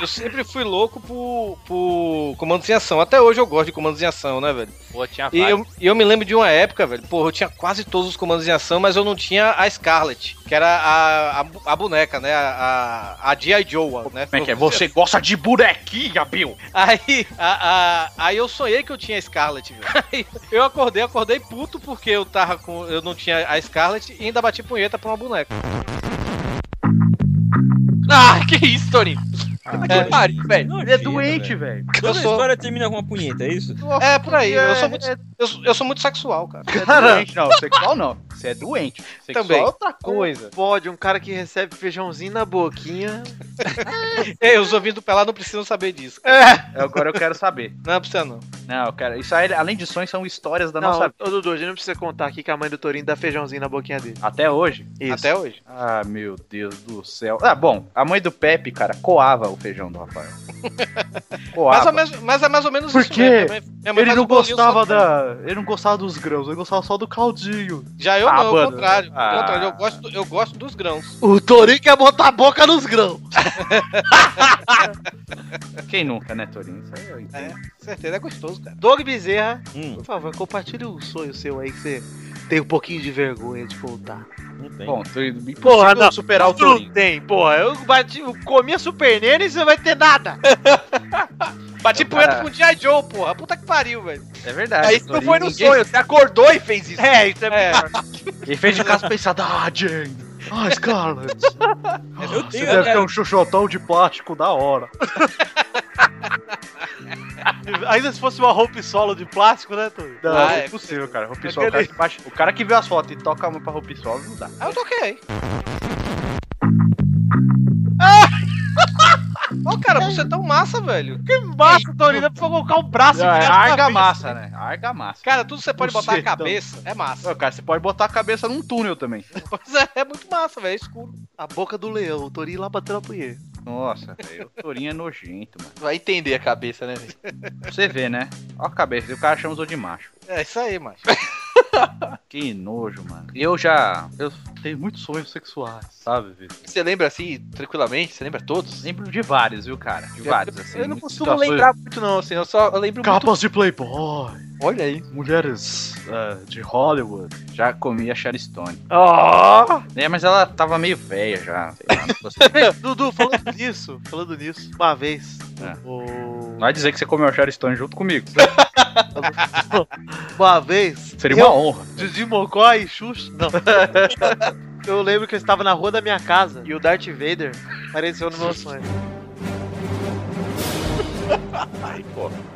F: Eu sempre fui louco por, por comandos em ação. Até hoje eu gosto de comandos em ação, né, velho?
C: Pô, tinha
F: E
C: vários.
F: eu, e eu me lembro de uma época, velho. Porra, eu tinha quase todos os comandos em ação, mas eu não tinha a Scarlet, que era a, a, bu- a boneca, né? A, a, a G.I. Joe, né?
B: Como é que é? Você gosta de bonequinha, Bill?
F: Aí, a- a- aí eu sonhei que eu tinha a Scarlet, velho. Aí eu acordei, acordei puto porque eu tava com. Eu não tinha a Scarlet e ainda bati punheta pra uma boneca.
C: Ah, que isso, Torinho?
F: Ah,
C: Que pariu, velho.
E: Não,
B: Ele é
E: chega,
B: doente, velho.
E: Toda
F: Eu sou-
E: história termina com uma punheta, é isso?
F: É, por aí. Eu sou muito,
B: É,
F: eu, sou- eu sou muito sexual, cara.
B: é doente, não. Sexual não. Você é doente. Sexual
F: Também.
B: é outra coisa.
A: Pode, um cara que recebe feijãozinho na boquinha.
F: Ei, os ouvintes pelado não precisam saber disso.
B: Agora eu quero saber.
F: Não precisa, não.
B: Não, cara, isso aí, além de sonhos, são histórias da
A: não,
B: nossa vida.
A: ô Dudu, a gente não precisa contar aqui que a mãe do Torinho dá feijãozinho na boquinha dele.
B: Até hoje.
A: Isso.
F: Até hoje.
B: Ah, meu Deus do céu. Ah, bom, a mãe do Pepe, cara, coava o feijão do Rafael.
F: Mas, é
B: Coava.
F: mais- mas é mais ou menos
G: Por
F: né?
G: quê?
F: Minha mãe- minha mãe
G: ele
F: faz
G: não
F: um bolinho
G: gostava
B: né?
F: só-
G: da. Ele não gostava dos grãos, ele gostava só do caldinho.
F: Já eu
B: Ah,
F: não, ao
B: mano.
F: contrário.
B: Ah.
F: Ao contrário, eu gosto, eu gosto dos grãos.
D: O Torinho quer botar a boca nos grãos.
B: Quem nunca, né, Torinho? Isso aí eu entendo.
F: Com certeza é gostoso, cara.
A: Doug Bezerra,
E: Hum,
A: por favor, compartilhe um sonho seu aí que você tem um pouquinho de vergonha de contar.
E: não tem.
B: Bom, Torinho,
A: Porra,
B: impossível
A: não.
B: superar o
A: Não
B: Torinho.
A: tem, porra. Eu, bati, eu comi a Super Nene e você não vai ter nada.
F: Bati
B: Eu,
F: punheta
B: cara-
F: com o G.I. Joe, porra. Puta que pariu, velho.
B: É verdade.
C: Aí isso não
B: Torinho,
C: foi no
B: ninguém-
C: sonho, você acordou e fez isso.
A: É, isso é,
F: É.
B: Ele fez de casa
G: Pensada, ah, Jane. Ah, Scarlett.
E: Eu
G: Você
E: tenho,
G: deve ter
E: cara.
G: um chuchotão de plástico da hora.
A: Ainda se fosse uma roupa solo de plástico, né, Torinho?
G: Não,
F: Ah,
G: é
F: é
G: possível, cara. Vou
B: pessoal, o, cara que baixa- o cara que viu as fotos e toca uma pra roupa suave não dá.
F: Aí Ah, eu toquei. Ô, cara, você é tão massa, velho.
A: Que massa, Torinho. Dá pra colocar o braço
B: É
A: enfiado na
B: argamassa, né? Argamassa.
F: Cara, tudo que você pode
G: Você
F: botar a
G: tão-
F: cabeça é massa.
B: Ô, Cara, você pode botar a cabeça num túnel também.
F: Pois é, é muito massa, velho. É escuro.
A: A boca do leão, o Torinho lá batendo a punheta.
B: Nossa, velho, o Torinho é nojento, mano.
C: Vai entender a cabeça, né, velho?
B: Você vê, né? Ó a cabeça, o cara chama usou de macho.
F: É isso aí, macho.
B: Que nojo, mano. Eu já. Eu tenho muitos sonhos sexuais, sabe, Vitor?
C: Você lembra assim, tranquilamente? Você lembra todos?
B: Lembro de vários, viu, cara? De vários, assim.
C: eu não
B: muitas
C: costumo
B: situações-
C: lembrar muito, não, assim. Eu só eu lembro
G: Capas de Playboy,
C: muito. Olha aí.
G: mulheres eh, de Hollywood.
B: Já comi a Charistone.
A: Ó!
B: É, mas ela tava meio velha já. sei lá, não gostei.
A: Dudu, falando nisso, falando nisso, uma vez.
B: É.
A: o-
B: Não vai dizer que você comeu a Charistone junto comigo.
A: Uma vez.
B: Seria
A: eu-
B: uma honra.
A: Didi Mocó e Xuxa. Não. eu lembro que eu estava na rua da minha casa e o Darth Vader apareceu no meu sonho.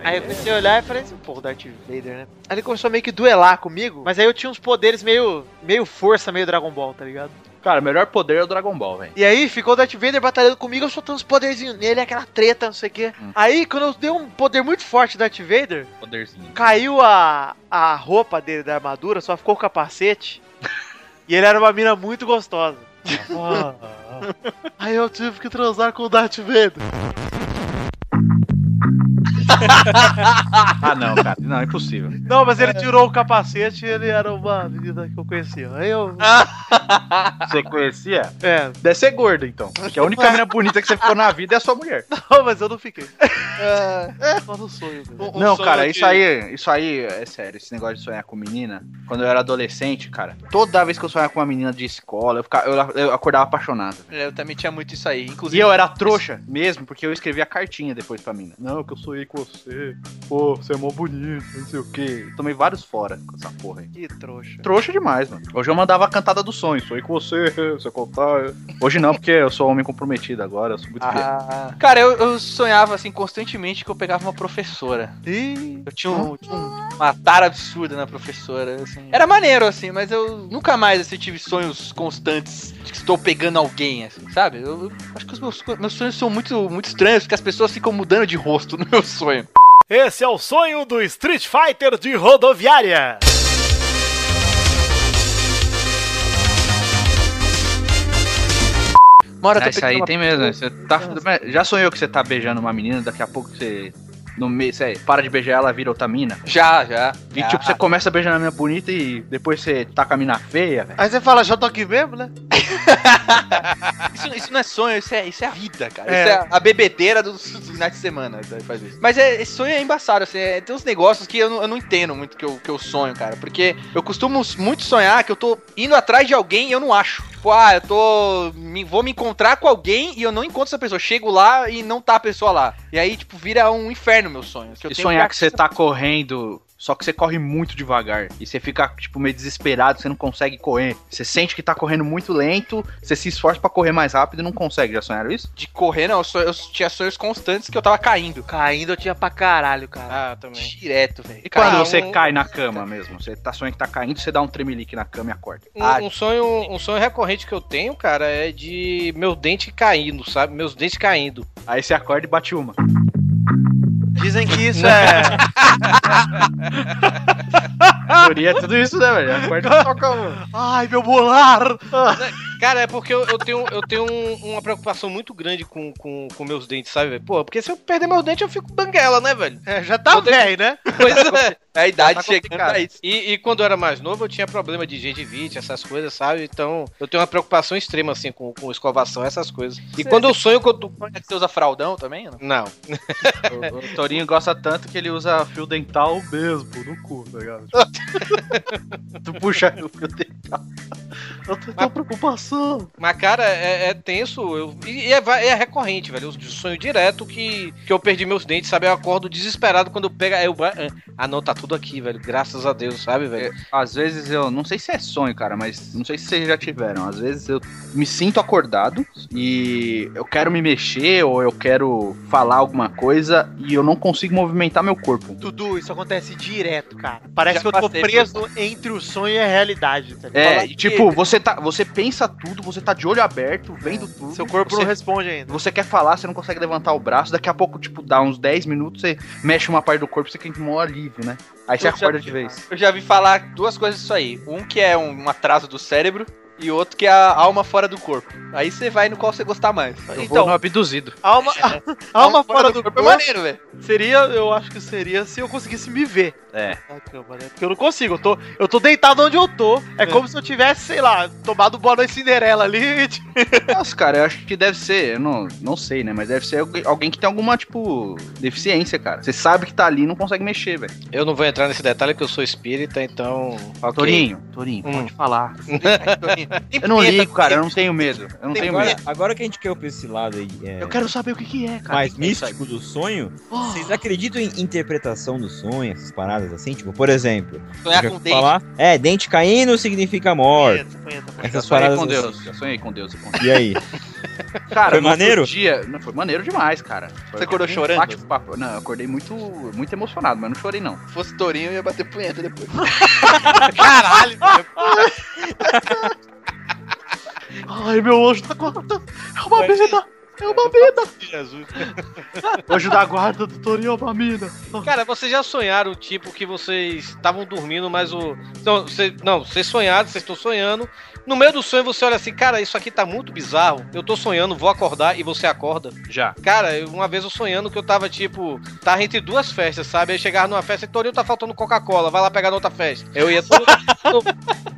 A: Aí eu comecei a olhar e falei assim, pô, o Darth Vader, né? Aí ele começou a meio que duelar comigo, mas aí eu tinha uns poderes meio, meio força, meio Dragon Ball, tá ligado?
B: Cara, o melhor poder é o Dragon Ball, velho.
A: E aí ficou o Darth Vader batalhando comigo, eu soltando uns poderzinhos nele, aquela treta, não sei o quê.
B: Hum.
A: Aí, quando eu dei um poder muito forte do Darth Vader,
B: Poderzinho.
A: caiu a, a roupa dele da armadura, só ficou o capacete. e ele era uma mina muito gostosa. Ah.
G: Aí eu tive que transar com o Darth Vader.
B: Ah, não, cara. Não, é impossível.
A: Não, mas ele tirou o capacete e ele era uma menina que eu conhecia. Aí eu.
B: Você conhecia?
A: É,
B: Deve ser gorda, então. Porque a única menina bonita que você ficou na vida é a sua mulher.
A: não, mas eu não fiquei. É, só no sonho. Mesmo.
C: Um- um
B: não,
C: sonho
B: cara,
C: de-
B: isso aí, isso aí é sério. Esse negócio de sonhar com menina. Quando eu era adolescente, cara, toda vez que eu sonhava com uma menina de escola, eu, ficava, eu, eu acordava apaixonado.
C: É, Eu também tinha muito isso
B: E
C: aí. Inclusive,
B: eu era trouxa mesmo, porque eu escrevia cartinha depois pra mina.
G: Não, que eu sonhei com você. Pô, você é mó bonito, não sei o quê.
B: Eu tomei vários fora com essa porra aí.
A: Que trouxa.
B: Trouxa demais, mano. Hoje eu mandava a cantada do sonho. Sonhei com você, você contar. Hoje não, porque eu sou homem comprometido agora, eu sou muito fiel.
C: Ah. Cara, eu, eu sonhava assim constantemente que eu pegava uma professora.
A: Ih,
C: Eu tinha, um, tinha um- uma tara absurda na professora. assim. Era maneiro, assim, mas eu nunca mais assim, tive sonhos constantes de que estou pegando alguém, assim, sabe? Eu, eu acho que os meus, meus sonhos são muito, muito estranhos, porque as pessoas ficam mudando de rosto no meu sonho.
H: Esse é o sonho do Street Fighter de rodoviária.
C: Uma hora eu tô
B: isso aí
C: pegando
B: tem mesmo. Você tá, já sonhou que você tá beijando uma menina, daqui a pouco você. No mês, você para de beijar ela, vira outra mina.
C: uma- Já, já.
B: E tipo, você começa beijando a mina bonita e depois você tá com a mina feia, velho.
A: Aí você fala, já tô aqui mesmo, né?
C: Isso, isso não é sonho, isso é, isso é a vida, cara.
A: É.
C: Isso é a bebedeira dos dos finais de semana. tá, Faz isso. Mas é, esse sonho é embaçado, assim. é- tem uns negócios que eu não, eu não entendo muito que eu, que eu sonho, cara. Porque eu costumo muito sonhar que eu tô indo atrás de alguém e eu não acho. Tipo, ah, eu tô. me- vou me encontrar com alguém e eu não encontro essa pessoa. Eu Chego lá e não tá a pessoa lá. E aí, tipo, vira um inferno meu sonho. que eu
B: E
C: tenho
B: sonhar que você tá correndo, só que você corre muito devagar. E você fica, tipo, meio desesperado, você não consegue correr. Você sente que tá correndo muito lento, você se esforça pra correr mais rápido e não consegue. Já sonharam isso?
C: De correr, não. Eu, sonho- eu tinha sonhos constantes que eu tava caindo.
A: Caindo eu tinha pra caralho, cara.
F: Ah, também.
C: Direto, velho.
B: E
F: Cara,
B: quando você
F: um-
B: cai na cama mesmo? Você tá sonhando que tá caindo, você dá um tremelique na cama e acorda. Ah,
F: Um, um sonho, um sonho recorrente que eu tenho, cara, é de meu dente caindo, sabe? Meus dentes caindo.
B: Aí você acorda e bate uma.
A: Dizem que isso é.
B: Teoria é tudo isso, né, velho? Acorda e toca uma.
A: Ai, meu bolar!
F: Cara, é porque eu, eu tenho, eu tenho um- uma preocupação muito grande com, com, com meus dentes, sabe? velho? Pô, porque se eu perder meu dente, eu fico banguela, né, velho?
A: É, já tá velho, né?
F: Pois é.
C: É a idade
F: Tá
C: chegando
F: complicado.
C: a isso.
F: E, e quando eu era mais novo, eu tinha problema de gengivite, essas coisas, sabe? Então, eu tenho uma preocupação extrema, assim, com, com escovação, essas coisas. E quando eu sonho que eu tô...
C: é Você usa fraldão também? Não?
F: Não.
B: O, o Torinho gosta tanto que ele usa fio dental
G: Mesmo, no cu, tá ligado?
B: Tipo, Tu puxa o fio dental.
G: Eu tenho uma preocupação.
F: Mas, cara, é, é tenso. Eu, e e é, va- é recorrente, velho. Eu sonho direto que, que eu perdi meus dentes, sabe? Eu acordo desesperado quando eu pego. aí Eu, ba- ah, não, tá tudo aqui, velho. Graças a Deus, sabe, velho?
B: Às vezes eu, não sei se é sonho, cara, mas não sei se vocês já tiveram. Às vezes eu me sinto acordado e eu quero me mexer ou eu quero falar alguma coisa e eu não consigo movimentar meu corpo.
A: Dudu, isso acontece direto, cara. Parece
C: Já
A: que eu tô
C: passei por
A: preso entre o sonho e a realidade, tá ligado?
B: É,
C: Falar
B: e
C: que-
B: tipo, você tá, você pensa tudo, você tá de olho aberto, vendo tudo.
A: Seu corpo
B: você,
A: não responde ainda.
B: você quer falar, você não consegue levantar o braço, daqui a pouco, tipo, dá uns 10 minutos, você mexe uma parte do corpo, você quer um alívio, né? Aí você
C: Eu já
B: acorda
C: vi,
B: de vez.
C: Eu já vi falar duas coisas disso aí. Um que é um, um atraso do cérebro, e outro que é a alma fora do corpo. Aí você vai no qual você gostar mais.
F: Eu vou
A: Então-
F: no abduzido.
A: Alma, alma fora do
C: é
A: corpo
C: maneiro, velho.
A: seria, eu acho que seria se eu conseguisse me ver
B: É.
A: na cama, né? Porque eu não consigo, eu tô, eu tô deitado onde eu tô. É, como se eu tivesse, sei lá, tomado boa noite Cinderela ali. tipo,
B: Nossa, cara, eu acho que deve ser, eu não, não sei, né? Mas deve ser algu- alguém que tem alguma, tipo, deficiência, cara. Você sabe que tá ali e não consegue mexer, velho.
F: Eu não vou entrar nesse detalhe porque eu sou espírita, então. ok.
B: Torinho, Torinho,
F: Hum.
B: pode falar.
C: Tem
B: Eu não
C: punheta,
B: ligo, cara, eu não tenho medo. Eu não
C: Tem
B: tenho
C: várias-
B: medo.
E: Agora, agora que a gente caiu pra esse lado aí, é,
B: Eu quero saber o que que é, cara.
E: mais
B: O que que é isso aí?
E: místico do sonho, vocês acreditam em interpretação do sonho, essas paradas assim? Tipo, por exemplo,
C: Sonhar
E: já
C: com
E: ouviu
C: dente.
E: falar, é, dente caindo significa morte.
A: punheta, punheta, punheta.
B: Eu
E: Essas
B: sonhei
E: paradas
B: com
E: assim.
B: Deus, eu sonhei com Deus. eu conto.
E: E aí?
B: Cara,
E: Foi
B: no outro
E: maneiro?
B: Dia, não, foi maneiro demais, cara. Foi
C: acordou
B: um
C: chorando?
B: bate-papo. Não, eu acordei muito, muito emocionado, mas não chorei, não.
C: Se fosse tourinho, eu ia bater punheta depois.
A: Caralho, velho. Ai, meu anjo da guarda. É uma mina. É uma mina.
F: Jesus.
A: Anjo da guarda do Torinho é uma mina.
F: Cara, vocês já sonharam, tipo, que vocês estavam dormindo, mas o. Não, vocês, não, vocês sonharam, vocês estão sonhando. No meio do sonho você olha assim, cara, isso aqui tá muito bizarro. Eu tô sonhando, vou acordar e você acorda.
B: Já.
F: Cara, eu- uma vez eu sonhando que eu tava, tipo, tava entre duas festas, sabe? Aí chegava numa festa e Torinho tá faltando Coca-Cola, vai lá pegar na outra festa. Eu ia.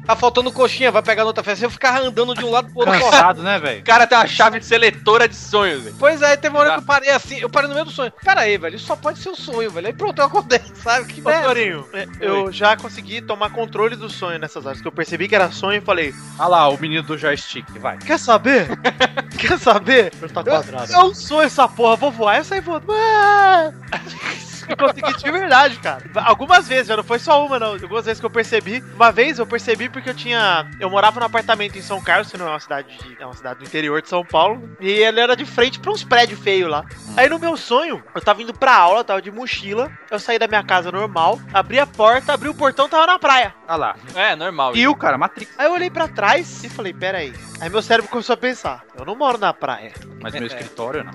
F: tá faltando coxinha, vai pegar na outra festa. Eu ficava andando de um lado pro outro. correndo.
B: Cansado, né, velho?
C: O cara tem uma chave seletora de sonhos, velho.
F: Pois é, teve uma hora que eu parei assim, eu parei no meio do sonho. Pera aí, velho, isso só pode ser um sonho, velho. Aí pronto, eu acordei, sabe? Que
A: Ô,
F: merda.
A: Torinho, eu já consegui tomar controle do sonho nessas áreas, que eu percebi que era sonho e falei,
B: Olha lá, o menino do joystick, vai.
A: quer saber? quer saber? Eu, eu sou essa porra, vou voar, eu saí voando. Ah! Eu consegui de verdade, cara. Algumas vezes, já não foi só uma, não. Algumas vezes que eu percebi. Uma vez eu percebi porque eu tinha. Eu morava num apartamento em São Carlos, que não é uma cidade. de- É uma cidade do interior de São Paulo. E ele era de frente pra uns prédios feios lá. Aí no meu sonho, eu tava indo pra aula, tava de mochila. Eu saí da minha casa normal, abri a porta, abri o portão, tava na praia.
B: Olha lá.
C: É, normal.
B: E o cara, Matrix.
A: Aí eu olhei pra trás e falei, pera aí. Aí meu cérebro começou a pensar, eu não moro na praia.
B: Mas
C: É.
B: meu escritório, não.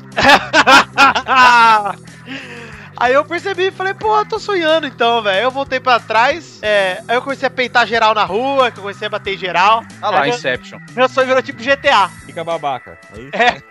A: aí eu percebi e falei, pô, eu tô sonhando então, velho. Aí Eu voltei pra trás, é, aí eu comecei a peitar geral na rua, que eu comecei a bater em geral.
B: Olha lá,
A: Aí eu-
B: Inception.
A: Meu sonho virou tipo GTA.
E: Fica babaca. É Aí,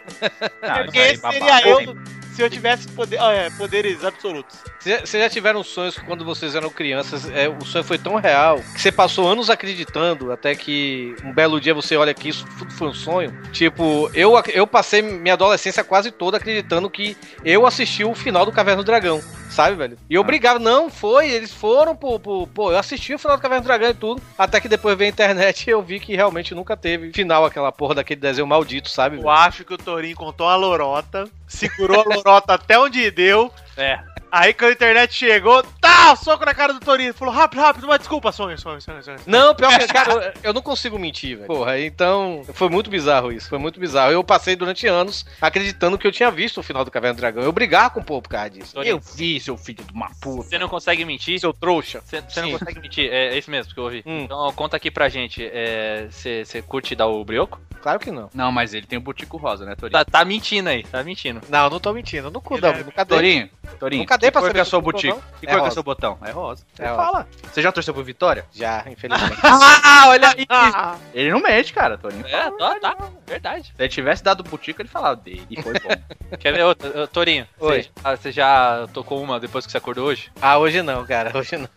B: Não,
A: Porque
B: Ah, isso aí,
A: esse
B: babaca.
A: seria eu se eu tivesse poder- ah, é, poderes absolutos.
F: Vocês já tiveram sonhos que quando vocês eram crianças, é, o sonho foi tão real que você passou anos acreditando até que um belo dia você olha que isso tudo foi um sonho? Tipo, eu, ac- eu passei minha adolescência quase toda acreditando que eu assisti o final do Caverna do Dragão, sabe, velho? E eu brigava, não, foi, eles foram, pô, pô, pô, eu assisti o final do Caverna do Dragão e tudo, até que depois veio a internet e eu vi que realmente nunca teve final aquela porra daquele desenho maldito, sabe?
A: Eu acho que o Torinho contou uma lorota, segurou a lorota até onde deu.
F: É.
A: Aí quando a internet chegou, tá, soco na cara do Torinho. Ele falou, rápido, rápido, mas desculpa, sonho, sonho, sonho, sonho.
F: Não, pior que, cara, eu eu não consigo mentir, velho. Porra, então foi muito bizarro isso, foi muito bizarro. Eu passei durante anos acreditando que eu tinha visto o final do Caverna do Dragão. Eu brigava com o povo por causa disso.
B: Eu vi, seu filho de uma puta.
I: Você não consegue mentir?
F: Seu trouxa.
I: Você você não
F: Sim.
I: consegue mentir? É, é isso mesmo que eu ouvi.
F: Hum.
I: Então conta aqui pra gente. é, Você você curte dar o brioco?
F: Claro que não.
B: Não, mas ele tem o Botico Rosa, né, Torinho?
I: Tá, tá mentindo aí, tá mentindo.
F: Não, eu não tô mentindo. Eu não cu, não. Nunca dei.
B: Torinho, Torinho.
F: tá Nunca dei pra
B: Que cor
F: saber
B: que é seu
F: é que eu tô,
B: Botico? Que cor que
F: É
B: é
F: rosa.
B: seu botão? É rosa.
F: É rosa.
B: fala. Você já torceu pro Vitória?
F: Já, infelizmente.
B: Ah, olha isso. Ele não mente, cara, Torinho.
I: É, tá, tá, verdade.
B: Se ele tivesse dado o Botico, ele falava dele. E foi bom.
I: Quer ver outra? Ô, Torinho,
F: Oi.
I: você- ah, você já tocou uma depois que você acordou hoje?
F: ah, hoje não, cara. Hoje não.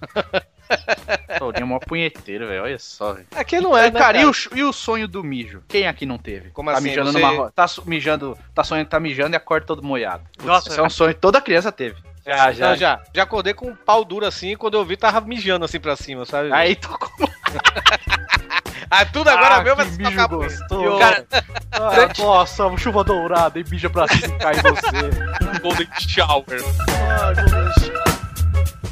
B: Torinho é mó punheteiro, velho. Olha só, velho.
F: Aqui não é, né,
B: cara, e
F: cara?
B: o, ch- e o sonho do mijo? Quem aqui não teve?
F: Como
B: tá
F: assim?
B: Mijando
F: Você-
B: numa ro- tá su- mijando, tá sonhando, que tá mijando e acorda todo molhado. Putz,
A: Nossa,
B: isso é um sonho que toda criança teve.
I: Já,
F: Não, já. Já acordei com um pau duro assim e quando eu vi tava mijando assim pra cima, sabe?
B: Aí tocou.
F: Ah, tudo agora
G: Ah,
F: meu vai
G: que
F: se
G: mijo
F: tocar por
G: gostoso.
F: Eu-
G: Cara, Ah,
B: um
G: nossa, chuva dourada e bija pra cima e cai em você.
I: Golden Shower.
G: Ai, Ah, meu Deus.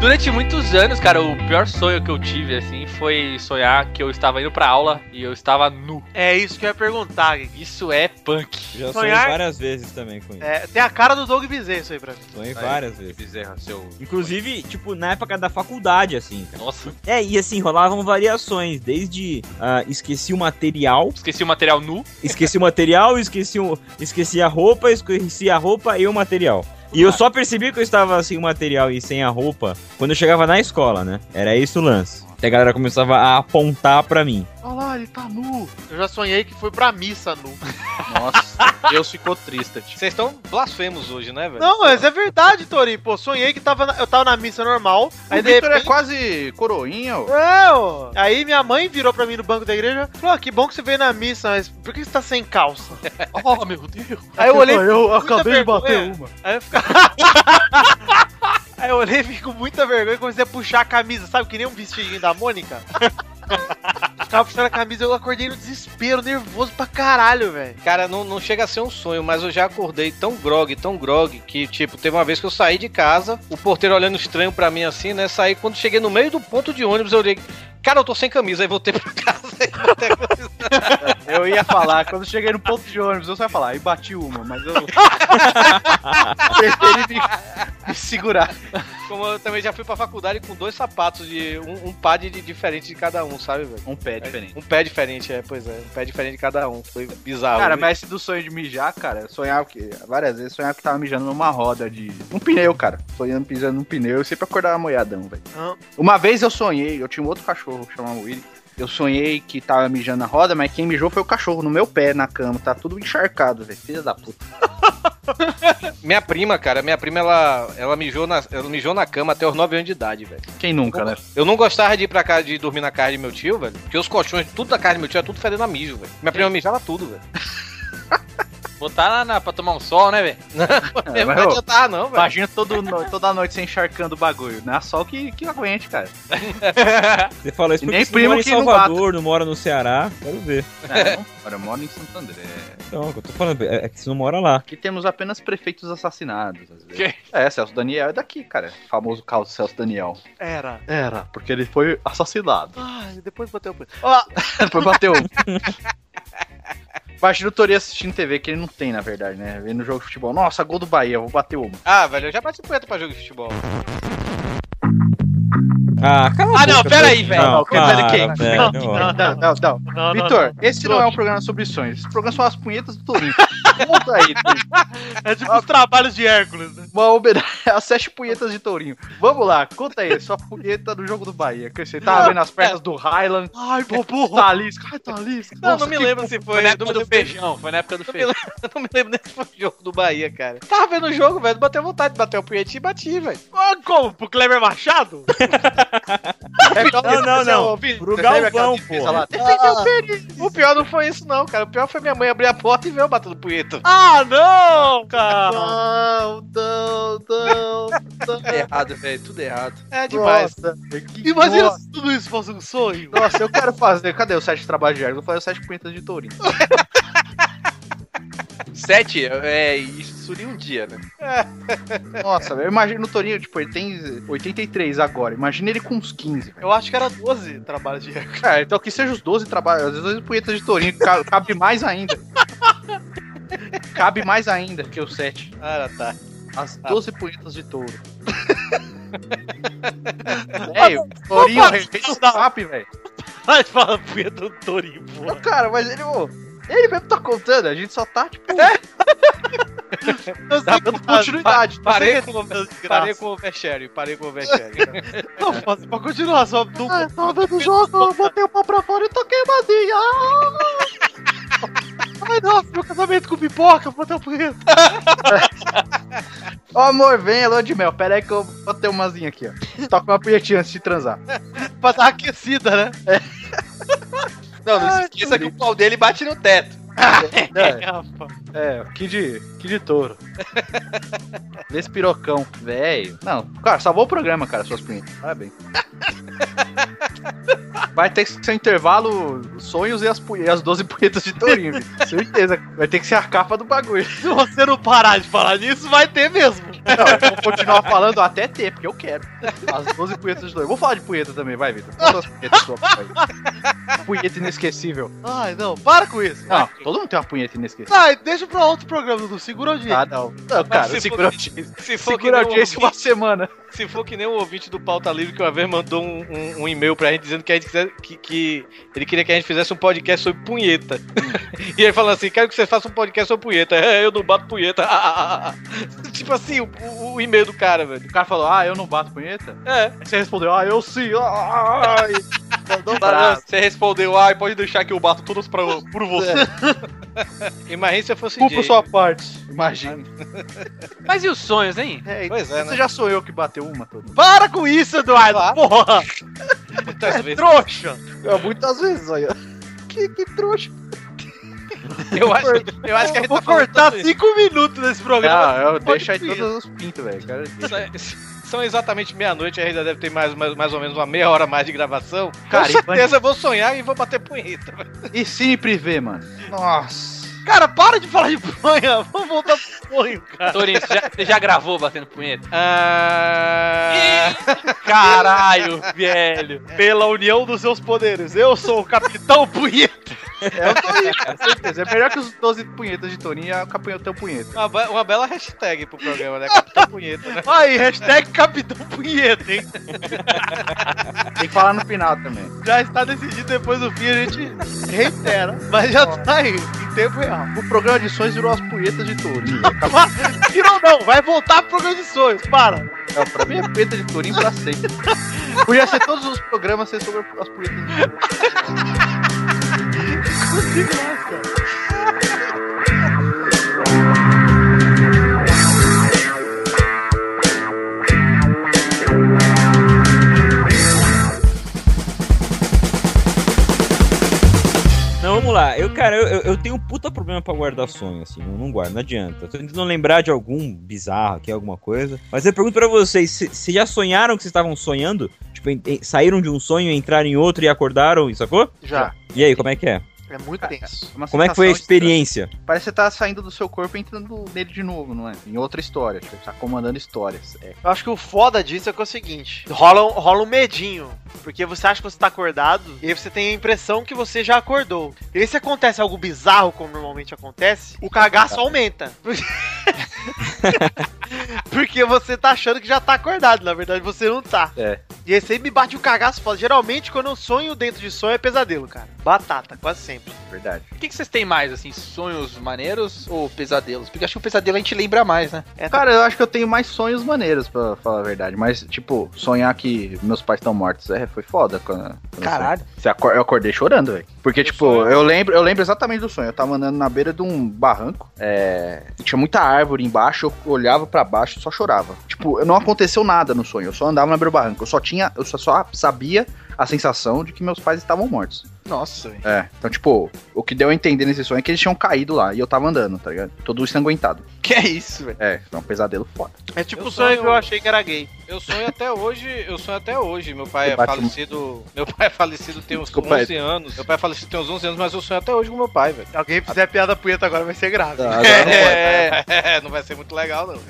I: Durante muitos anos, cara, o pior sonho que eu tive, assim, foi sonhar que eu estava indo pra aula e eu estava nu.
A: É isso que eu ia perguntar, Gui.
I: Isso é punk.
E: Já sonhei
A: Sonhar-
E: várias vezes também com isso.
A: É, tem a cara do Doug Bezerra isso aí pra mim.
E: Sonhei várias vezes.
I: Bezerra, seu.
E: Inclusive, tipo, na época da faculdade, assim, cara.
I: Nossa,
E: É, e assim, rolavam variações, desde ah, esqueci o material,
I: esqueci o material nu.
E: esqueci o material, esqueci, o, esqueci a roupa, esqueci a roupa e o material. E
B: Ah.
E: eu só percebi que eu estava sem o material e sem a roupa quando eu chegava na escola, né? Era isso o lance. Até a galera começava a apontar pra mim.
G: Olha lá, ele tá nu.
A: Eu já sonhei que fui pra missa nu.
B: Nossa, Deus ficou triste. tio.
F: Vocês estão blasfemos hoje, né, velho?
A: Não, mas é verdade, Torinho. Pô, sonhei que tava na- eu tava na missa normal. Aí
B: O
A: de
B: Victor é
A: repente.
B: quase coroinha, ó.
A: É, ó. Aí minha mãe virou pra mim no banco da igreja e falou: "Ah, que bom que você veio na missa, mas por que você tá sem calça?
I: Oh, meu Deus.
A: Aí eu olhei.
G: Pô, eu acabei de
A: vergonha.
G: bater uma.
A: Aí eu, fica... aí eu olhei e fiquei com muita vergonha e comecei a puxar a camisa, sabe? Que nem um vestidinho da Mônica. Ficava puxando a camisa, eu acordei no desespero, nervoso pra caralho, velho.
F: Cara, não, não chega a ser um sonho, mas eu já acordei tão grog, tão grog, que, tipo, teve uma vez que eu saí de casa, o porteiro olhando estranho pra mim assim, né? Saí quando cheguei no meio do ponto de ônibus, eu olhei, cara, eu tô sem camisa, aí voltei pra casa e botei a camisa.
B: Eu ia falar, quando cheguei no ponto de ônibus, eu só ia falar, e bati uma, mas eu. Preferi me- me segurar.
F: Como eu também já fui pra faculdade com dois sapatos de. um, um par de, de diferente de cada um, sabe, velho?
B: Um pé diferente.
F: Um pé diferente, é, pois é, um pé diferente de cada um. Foi bizarro.
B: Cara,
F: viu?
B: mas esse do sonho de mijar, cara, eu sonhava que. Várias vezes eu sonhava que tava mijando numa roda de. Um pneu, cara. Sonhando pisando num pneu, eu sempre acordava moiadão, velho.
A: Ah.
B: Uma vez eu sonhei, eu tinha um outro cachorro que chamava Willy. Eu sonhei que tava mijando na roda, mas quem mijou foi o cachorro no meu pé, na cama. Tá tudo encharcado, velho. Filha da puta.
F: Minha prima, cara, minha prima, ela, ela, mijou, na, ela mijou na cama até os 9 anos de idade, velho.
B: Quem nunca, né?
F: Eu não gostava de ir pra casa de dormir na casa de meu tio, velho. Porque os colchões, tudo da casa de meu tio era tudo fedendo a mijo, velho. Minha prima mijava tudo, velho.
I: Botar na, na, pra tomar um sol, né, velho?
B: É,
F: não
B: mas, ô,
F: adiantava, não, velho.
B: Imagina todo no- toda noite você encharcando o bagulho. Não é só que, que aguente, cara.
E: Você fala isso
B: E
E: porque
B: nem
E: você
B: primo
E: mora em
B: que não
E: Salvador, não, mora no Ceará. Quero ver.
B: É, Agora eu moro em Santo André.
E: Então, o que eu tô falando é é que você não mora lá.
B: Aqui temos apenas prefeitos assassinados, às vezes.
I: Que?
B: É, Celso Daniel é daqui, cara. O famoso caso Celso Daniel.
A: Era.
B: Era, porque ele foi assassinado.
A: Ai, depois bateu o pé. Ó,
B: Depois bateu. Imagina o Tori assistindo TV, que ele não tem, na verdade, né? Vendo jogo de futebol. Nossa, gol do Bahia, vou bater uma.
F: Ah, velho, eu já bati punheta pra jogo de futebol.
E: Ah, cala a
I: Ah, não,
E: boca,
I: pera aí,
E: pô.
I: velho.
E: Não,
B: Não,
E: para,
B: pera aí, quem?
E: velho,
A: Não,
E: não.
A: não,
B: Não, não, não.
A: não,
B: Vitor, esse não é um
A: Trouxa.
B: programa sobre sonhos. Esse programa são as punhetas do Torinho. Conta aí, Torinho.
A: É tipo os trabalhos de Hércules, né?
B: Uma homenagem às sete punhetas de Tourinho. Vamos lá, conta aí, sua punheta do jogo do Bahia. Que você tava vendo as pernas do Highland.
A: Ai, bobo.
B: Talisca, ai, Talisca.
I: Não,
B: Nossa,
I: não me
B: que-
I: lembro se foi.
F: na época
I: não me
F: do
I: lembro- feijão. Foi na época do feijão.
F: Eu não me lembro nem se foi o jogo do Bahia, cara. Tava vendo o jogo, velho, bateu vontade de bater o punheta e bati, velho.
A: Ah, Como? Pro Kleber Machado?
F: É
E: Não, não, não. Pro Galvão, pô.
F: Ah. O pior não foi isso, não, cara. O pior foi minha mãe abrir a porta e ver eu batendo punheta.
A: Ah, não, cara!
B: Não, não, não.
C: Tudo errado, velho, tudo errado.
F: É demais.
B: Nossa, que
A: Imagina
B: Nossa,
A: se tudo isso fosse um sonho.
B: Nossa, eu quero fazer. Cadê o sete trabalhos de Hércules? Vou fazer os sete punhetas de Tourinho.
C: Sete, é, isso seria um dia, né?
B: Nossa, eu imagino o Tourinho, tipo, ele tem 83 agora. Imagina ele com uns 15. velho.
A: Eu acho que era 12 trabalhos de Hércules.
B: Cara, então que seja os 12 trabalhos, as 12 punhetas de Tourinho, ca- cabe mais ainda. cabe mais ainda que o 7.
F: Ah, tá.
B: As 12 punhetas de touro. velho, tourinho, rei do rap, velho.
A: Ai, fala punha do Torinho, porra.
B: Cara, mas ele, ô, ele mesmo tá contando, a gente só tá, tipo,
A: Eu sei
B: dando continuidade.
A: Parei com o
F: Parei com o oversharing, parei com o oversharing. né?
A: Não, posso pra continuar, só do...
B: tava É, do jogo, eu botei o pau pra fora e toquei o badinha.
A: Ai, nossa, meu casamento com pipoca, vou botar um o punheta.
B: Ô, amor, vem, é lua de mel, pera aí que eu botei umazinha aqui, ó. Toca uma punhetinha antes de transar. É.
A: Pra dar aquecida, né?
C: Não, não se esqueça que o pau dele bate no teto.
B: É,
A: rapaz.
B: é que de, que de touro. Desse pirocão, velho. Não, cara, salvou o programa, cara, suas punhetas. Parabéns. Vai ter que ser um intervalo sonhos e as, pu- e as 12 punhetas de tourinho, viu? certeza. Vai ter que ser a capa do bagulho.
A: Se você não parar de falar nisso, vai ter mesmo.
B: Não, eu vou continuar falando até ter, porque eu quero. As 12 punhetas de dor. Vou falar de punheta também, vai, Vitor. Conta as punhetas suas, vai. Punheta inesquecível.
A: Ai, não, para com isso.
B: Não, todo mundo tem uma punheta inesquecível.
A: Ai, deixa pra outro programa, Dudu. Segura o dia.
B: Ah, não. Não, cara,
F: se
B: segura a
F: for-
B: audiência.
F: Se for, que
B: Segura a
F: nem o
B: audiência uma semana.
F: Se for que nem o ouvinte do Pauta Livre que uma vez mandou um, um- um e-mail pra gente dizendo que, a gente quiser, que, que ele queria que a gente fizesse um podcast sobre punheta. e ele falou assim: quero que você faça um podcast sobre punheta. É, eu não bato punheta. tipo assim, o, o- o e-mail do cara, velho.
B: O cara falou, ah, eu não bato punheta?
F: É.
B: Aí você respondeu, ah, eu sim. Ah, ah, ah, e-
D: Mandou um
B: Bravo.
D: abraço.
F: Você respondeu: ai, pode deixar É que eu bato todos pra, por você.
A: É,
F: Imagina se eu fosse
G: Culpa
F: DJ.
G: sua parte.
B: Imagina.
I: Mas e os sonhos, hein?
B: É,
F: Pois é,
B: você
F: né?
B: já sou eu que bateu uma, todo.
A: Para com isso, Eduardo. Porra,
F: Muitas vezes.
A: É, trouxa.
D: Eu, Muitas vezes, olha. Que, que trouxa.
F: Eu acho, eu acho que a gente
A: Vou
F: tá falando
A: cortar
F: tanto isso.
A: cinco minutos desse programa.
B: Ah, eu
A: pode
B: deixo aí
A: punheta.
B: todos os pintos, velho. Cara,
A: assim.
F: São exatamente meia-noite, a gente já deve ter mais, mais, mais ou menos uma meia hora a mais de gravação.
B: Cara,
F: Com
B: e
F: certeza eu vou sonhar e vou bater punheta. velho.
B: Ah, E cine privê, mano. Nossa.
A: Cara, para de falar de punha. Vamos voltar pro sonho, cara.
I: Torinho, você já, você já gravou batendo punheta?
F: Ah,
I: Caralho, velho.
B: É.
A: Pela união dos seus poderes. Eu sou o Capitão Punheta.
B: É o Torinho, cara, com certeza. É melhor que os 12 punhetas de Torinho é o capunhetão punheta.
F: uma, be- uma bela hashtag pro programa, né? Capitão punheta, né?
A: Aí, hashtag Capitão Punheta, hein?
B: Tem que falar no final também.
A: Já está decidido depois do fim, a gente reitera. Mas já tá aí, em tempo real.
B: O programa de sonhos virou as punhetas de Torinho.
A: Virou não, vai voltar pro programa de sonhos. Para.
B: É, pra mim é punheta de Torinho pra sempre. Podia ser todos os programas ser sobre as punhetas de Torinho.
E: Não, vamos lá. Eu, cara, eu, eu- eu tenho um puta problema pra guardar sonho, assim. Eu não guardo, não adianta. Eu tô tentando lembrar de algum bizarro aqui, alguma coisa. Mas eu pergunto pra vocês, se- se já sonharam que vocês estavam sonhando? Tipo, en- en- saíram de um sonho, entraram em outro e acordaram, sacou?
A: Já.
E: E aí, como é que é?
A: É muito tenso.
B: Uma
E: Como é que foi a
B: sensação estranha.
E: experiência?
B: Parece que você tá saindo do seu corpo e entrando nele de novo, não é? Em outra história. Tipo, você tá comandando histórias. É.
A: Eu acho que o foda disso é que é o seguinte: rola um, rola um medinho. Porque você acha que você tá acordado e aí você tem a impressão que você já acordou. E aí, se acontece algo bizarro, como normalmente acontece, o cagaço aumenta. Porque- Porque você tá achando que já tá acordado, na verdade você não tá.
B: É.
A: E aí sempre me bate o cagaço foda. Geralmente, quando eu sonho dentro de sonho, é pesadelo, cara. Batata, quase sempre.
B: Verdade.
C: O que, que vocês têm mais, assim, sonhos maneiros ou pesadelos? Porque acho que o pesadelo a gente lembra mais, né?
B: Cara, eu acho que eu tenho mais sonhos maneiros, pra falar a verdade. Mas, tipo, sonhar que meus pais estão mortos é, foi foda. Quando, quando
C: Caralho.
B: Você acor- eu acordei chorando, velho. Porque, tipo, eu lembro, eu lembro exatamente do sonho. Eu tava andando na beira de um barranco. É... e Tinha muita árvore embaixo, eu olhava pra baixo e só chorava. Tipo, eu- não aconteceu nada no sonho. Eu só andava na beira do barranco. Eu só tinha. Eu só, só sabia a sensação de que meus pais estavam mortos.
C: Nossa, velho.
B: É. Então, tipo, o que deu a entender nesse sonho é que eles tinham caído lá e eu tava andando, tá ligado? Todo ensanguentado.
C: Que é isso, velho?
B: É, é um pesadelo foda.
A: É tipo
F: Eu
A: o sonho que
F: sonho-
A: eu achei que era gay.
F: Eu sonho até hoje, eu sonho até hoje. Meu pai
B: Você
F: é
B: bate
F: falecido, meu pai é falecido tem uns
B: Desculpa,
F: 11 anos. Meu pai é falecido tem uns 11 anos, mas eu sonho até hoje com meu pai, velho.
A: Se alguém fizer piada punheta agora vai ser
B: Ah,
A: grave.
B: Tá.
F: É, é, não vai ser muito legal, não.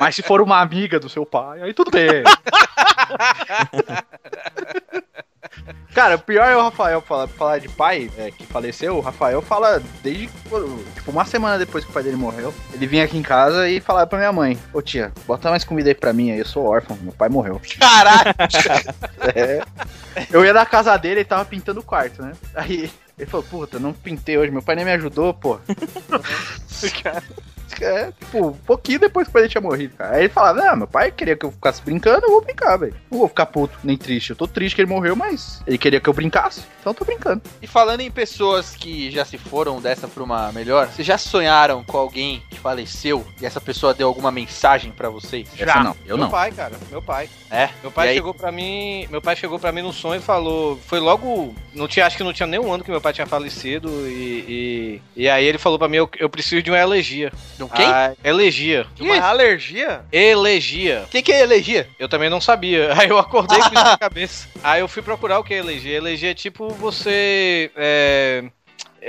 B: Mas se for uma amiga do seu pai, aí tudo bem. Cara, o pior é o Rafael falar, falar de pai é, que faleceu. O Rafael fala desde quando- tipo, uma semana depois que o pai dele morreu. Ele vinha aqui em casa e falava pra minha mãe: Ô tia, bota mais comida aí pra mim aí, eu sou órfão, meu pai morreu.
C: Caralho!
B: É. Eu ia na casa dele e tava pintando o quarto, né? Aí ele falou: Puta, não pintei hoje, meu pai nem me ajudou, pô. É, tipo, um pouquinho depois que o pai dele tinha morrido, cara. Aí ele falava, não, meu pai queria que eu ficasse brincando, eu vou brincar, velho. Não vou ficar puto, nem triste. Eu tô triste que ele morreu, mas ele queria que eu brincasse, então eu tô brincando.
C: E falando em pessoas que já se foram dessa pra uma melhor, vocês já sonharam com alguém que faleceu e essa pessoa deu alguma mensagem pra vocês?
B: Essa não, eu
F: meu
B: não.
F: pai, cara, meu pai.
C: É?
F: Meu
C: E
F: pai
C: aí?
F: chegou para mim, meu pai chegou para mim no sonho e falou, foi logo, não tinha, acho que não tinha nem um ano que meu pai tinha falecido e e, e aí ele falou pra mim, eu, eu preciso de uma elegia.
C: De um quem?
F: Ah, elegia.
A: Uma alergia?
F: Elegia.
C: Quem que é elegia?
F: Eu também não sabia. Aí eu acordei com isso na cabeça. Aí eu fui procurar o que é elegia. Elegia é tipo você é,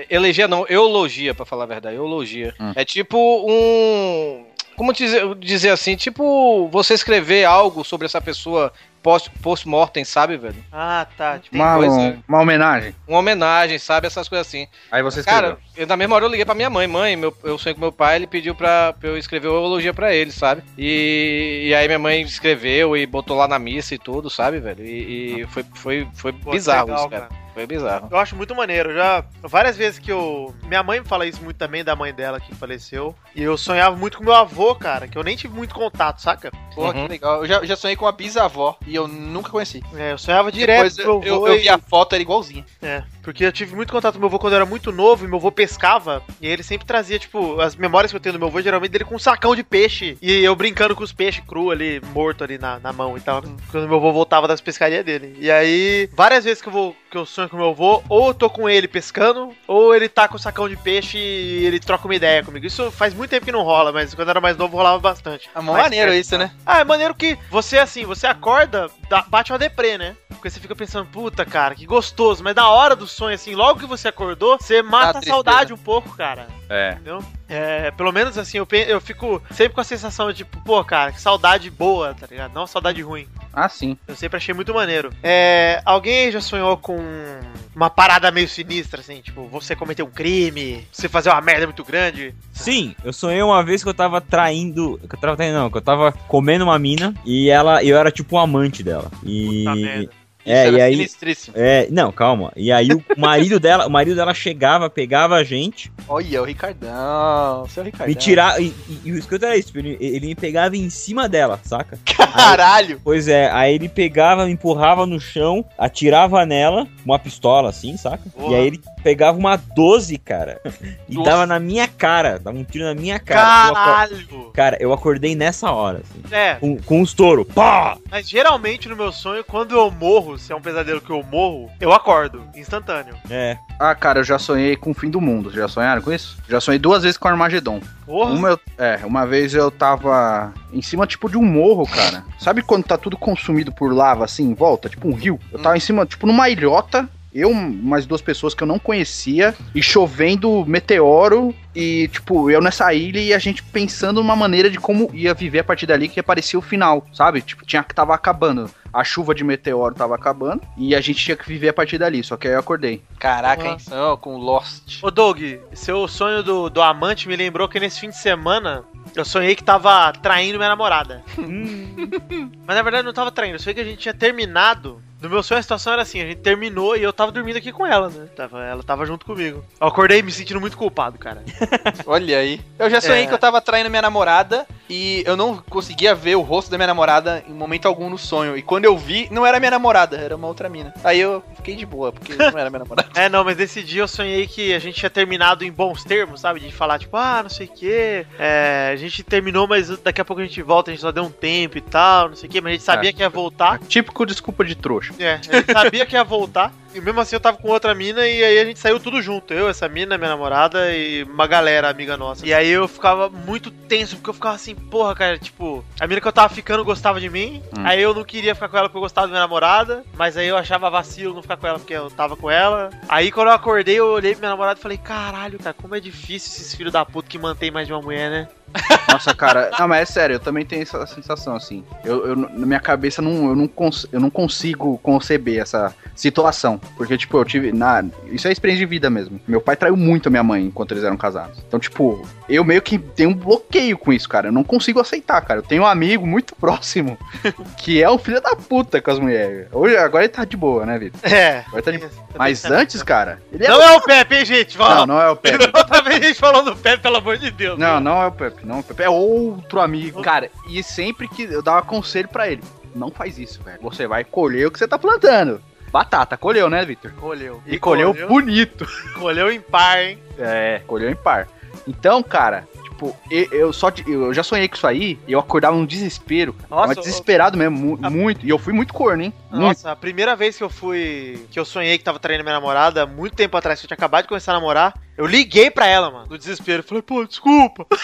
F: Elegia não, eulogia, pra falar a verdade, eulogia.
B: Hum.
F: É tipo É um como dizer, dizer assim, tipo, você escrever algo sobre essa pessoa post- post-mortem, sabe, velho?
A: Ah, tá. Tipo,
B: Uma, um,
F: coisa.
B: uma homenagem.
F: Uma homenagem, sabe? Essas coisas assim.
B: Aí você escreveu.
F: Cara, eu, na mesma hora eu liguei pra minha mãe. Mãe, meu, eu sonhei com meu pai, ele pediu pra, pra eu escrever uma elogia pra ele, sabe? E, e aí minha mãe escreveu e botou lá na missa e tudo, sabe, velho? E, e foi, foi, foi
A: pô,
F: bizarro
A: legal,
F: isso, cara. Foi bizarro.
A: Eu acho muito maneiro. Já várias vezes que eu. Minha mãe fala isso muito também, da mãe dela que faleceu. E eu sonhava muito com meu avô, cara, que eu nem tive muito contato, saca?
C: Porra,
B: Uhum.
C: que legal. Eu já, já sonhei com uma bisavó e eu nunca conheci.
A: É, eu sonhava direto
C: Depois
A: com meu
C: eu, eu,
A: avô.
C: eu
A: e-
C: vi a foto, era igualzinha.
A: É, porque eu tive muito contato com meu avô quando eu era muito novo e meu avô pescava. E ele sempre trazia, tipo, as memórias que eu tenho do meu avô, geralmente dele com um sacão de peixe. E eu brincando com os peixes cru ali, morto ali na, na mão e tal, né? Quando meu avô voltava das pescarias dele. E aí, várias vezes que eu vou que eu sonho com meu avô, ou eu tô com ele pescando, ou ele tá com o sacão de peixe e ele troca uma ideia comigo. Isso faz muito tempo que não rola, mas quando eu era mais novo rolava bastante.
C: É mó
A: Mais
C: maneiro
A: perto,
C: isso, né?
A: Ah, é maneiro que você, assim, você acorda, dá- bate uma deprê, né? Porque você fica pensando, puta, cara, que gostoso. Mas da hora do sonho, assim, logo que você acordou, você mata a
C: tristeza.
A: saudade um pouco, cara.
B: É.
A: É, pelo menos assim, eu, pe- eu fico sempre com a sensação de, tipo, pô, cara, que saudade boa, tá ligado? Não saudade ruim.
B: Ah, sim.
A: Eu sempre achei muito maneiro. É, alguém aí já sonhou com uma parada meio sinistra, assim, tipo, você cometer um crime, você fazer uma merda muito grande?
E: Sim, eu sonhei uma vez que eu tava traindo. Que eu tava traindo, não, que eu tava comendo uma mina e ela, eu era tipo um amante dela. E.
A: Puta merda.
E: É,
C: Isso
E: e
C: era
E: aí.
C: sinistríssimo.
E: É, não, calma. E aí o marido dela, o marido dela chegava, pegava a gente,
C: Olha, o Ricardão. Seu Ricardão.
E: me
G: né?
E: tirava. E, e- e o escrito era isso, tipo, ele, ele me pegava em cima dela, saca?
C: é Caralho.
E: Pois é, aí ele pegava, me empurrava no chão, atirava nela, uma pistola assim, saca? E aí ele pegava uma 12, cara, e
I: Nossa.
E: dava na minha cara, dava um tiro na minha cara. Eu acor-
A: Caralho!
E: Cara, eu acordei nessa hora, assim.
A: É,
E: Com, com um estouro. Pá!
A: Mas geralmente no meu sonho, quando eu morro, se é um pesadelo que eu morro, eu acordo, instantâneo.
E: É.
B: Ah, cara, eu já sonhei com o fim do mundo. Vocês já sonharam com isso? Já sonhei duas vezes com o Armagedon.
A: Porra,
B: Uma, eu- é, uma vez eu tava em cima, tipo, de um morro, cara. Sabe quando tá tudo consumido por lava, assim, em volta? Tipo um rio. Eu tava em cima, tipo, numa ilhota. Eu, mais duas pessoas que eu não conhecia, e chovendo meteoro, e tipo, eu nessa ilha e a gente pensando numa maneira de como ia viver a partir dali que aparecia o final, sabe? Tipo, tinha que tava acabando. A chuva de meteoro tava acabando, e a gente tinha que viver a partir dali. Só que aí eu acordei.
C: Caraca,
A: Porra.
C: hein? Não, com Lost.
A: Ô Doug, seu sonho do, do amante me lembrou que nesse fim de semana eu sonhei que tava traindo minha namorada. Mas na verdade eu não tava traindo, eu sonhei que a gente tinha terminado. No meu sonho a situação era assim, a gente terminou e eu tava dormindo aqui com ela, né? Tava- ela tava junto comigo. Eu acordei me sentindo muito culpado, cara.
C: Olha aí. Eu já sonhei
A: É.
C: que eu tava traindo minha namorada e eu não conseguia ver o rosto da minha namorada em momento algum no sonho. E quando eu vi, não era minha namorada, era uma outra mina. Aí eu fiquei de boa, porque não era minha namorada.
A: É, não, mas nesse dia eu sonhei que a gente tinha terminado em bons termos, sabe? De falar, tipo, ah, não sei o quê. É, a gente terminou, mas daqui a pouco a gente volta, a gente só deu um tempo e tal, não sei o quê. Mas a gente sabia que ia voltar.
B: Típico desculpa de trouxa.
A: É, a gente sabia que ia voltar. E mesmo assim eu tava com outra mina e aí a gente saiu tudo junto. Eu, essa mina, minha namorada e uma galera amiga nossa. E aí eu ficava muito tenso, porque eu ficava assim, porra, cara, tipo, a mina que eu tava ficando gostava de mim.
B: Hum.
A: Aí eu não queria ficar com ela porque eu gostava da minha namorada. Mas aí eu achava vacilo não ficar com ela porque eu tava com ela. Aí quando eu acordei, eu olhei pra minha namorada e falei, caralho, cara, como é difícil esses filhos da puta que mantém mais de uma mulher, né?
B: Nossa, cara. Não, mas é sério, eu também tenho essa sensação, assim. Eu, eu- na minha cabeça, não, eu, não cons- eu não consigo conceber essa situação. Porque, tipo, eu tive. Na, isso é experiência de vida mesmo. Meu pai traiu muito a minha mãe enquanto eles eram casados. Então, tipo, eu meio que tenho um bloqueio com isso, cara. Eu não consigo aceitar, cara. Eu tenho um amigo muito próximo que é um filho da puta com as mulheres. Hoje, agora ele tá de boa, né, Vitor?
A: É.
B: Agora tá de... Mas antes, cara, ele é.
A: Não é o Pepe, hein, gente?
B: Não,
A: Não,
B: não é o Pepe.
A: Outra vez a gente falou do Pepe, pelo amor de Deus.
B: Não, não é o Pepe, não. é O Pepe é outro amigo. Cara, e sempre que eu dava conselho pra ele, não faz isso, velho. Você vai colher o que você tá plantando. Batata, colheu, né, Victor?
A: Colheu.
B: E, colheu, bonito.
A: Colheu em par, hein?
B: É, colheu em par. Então, cara, tipo, eu, eu só de- eu já sonhei com isso aí, e eu acordava num desespero. cara.
A: Nossa,
B: Mas desesperado mesmo, mu- muito. E eu fui muito corno, hein?
G: Hum.
B: Muito.
A: Nossa, a primeira vez que eu fui. que eu sonhei que tava traindo minha namorada, muito tempo atrás, que eu tinha acabado de começar a namorar, eu liguei pra ela, mano, no desespero. Falei, pô, desculpa.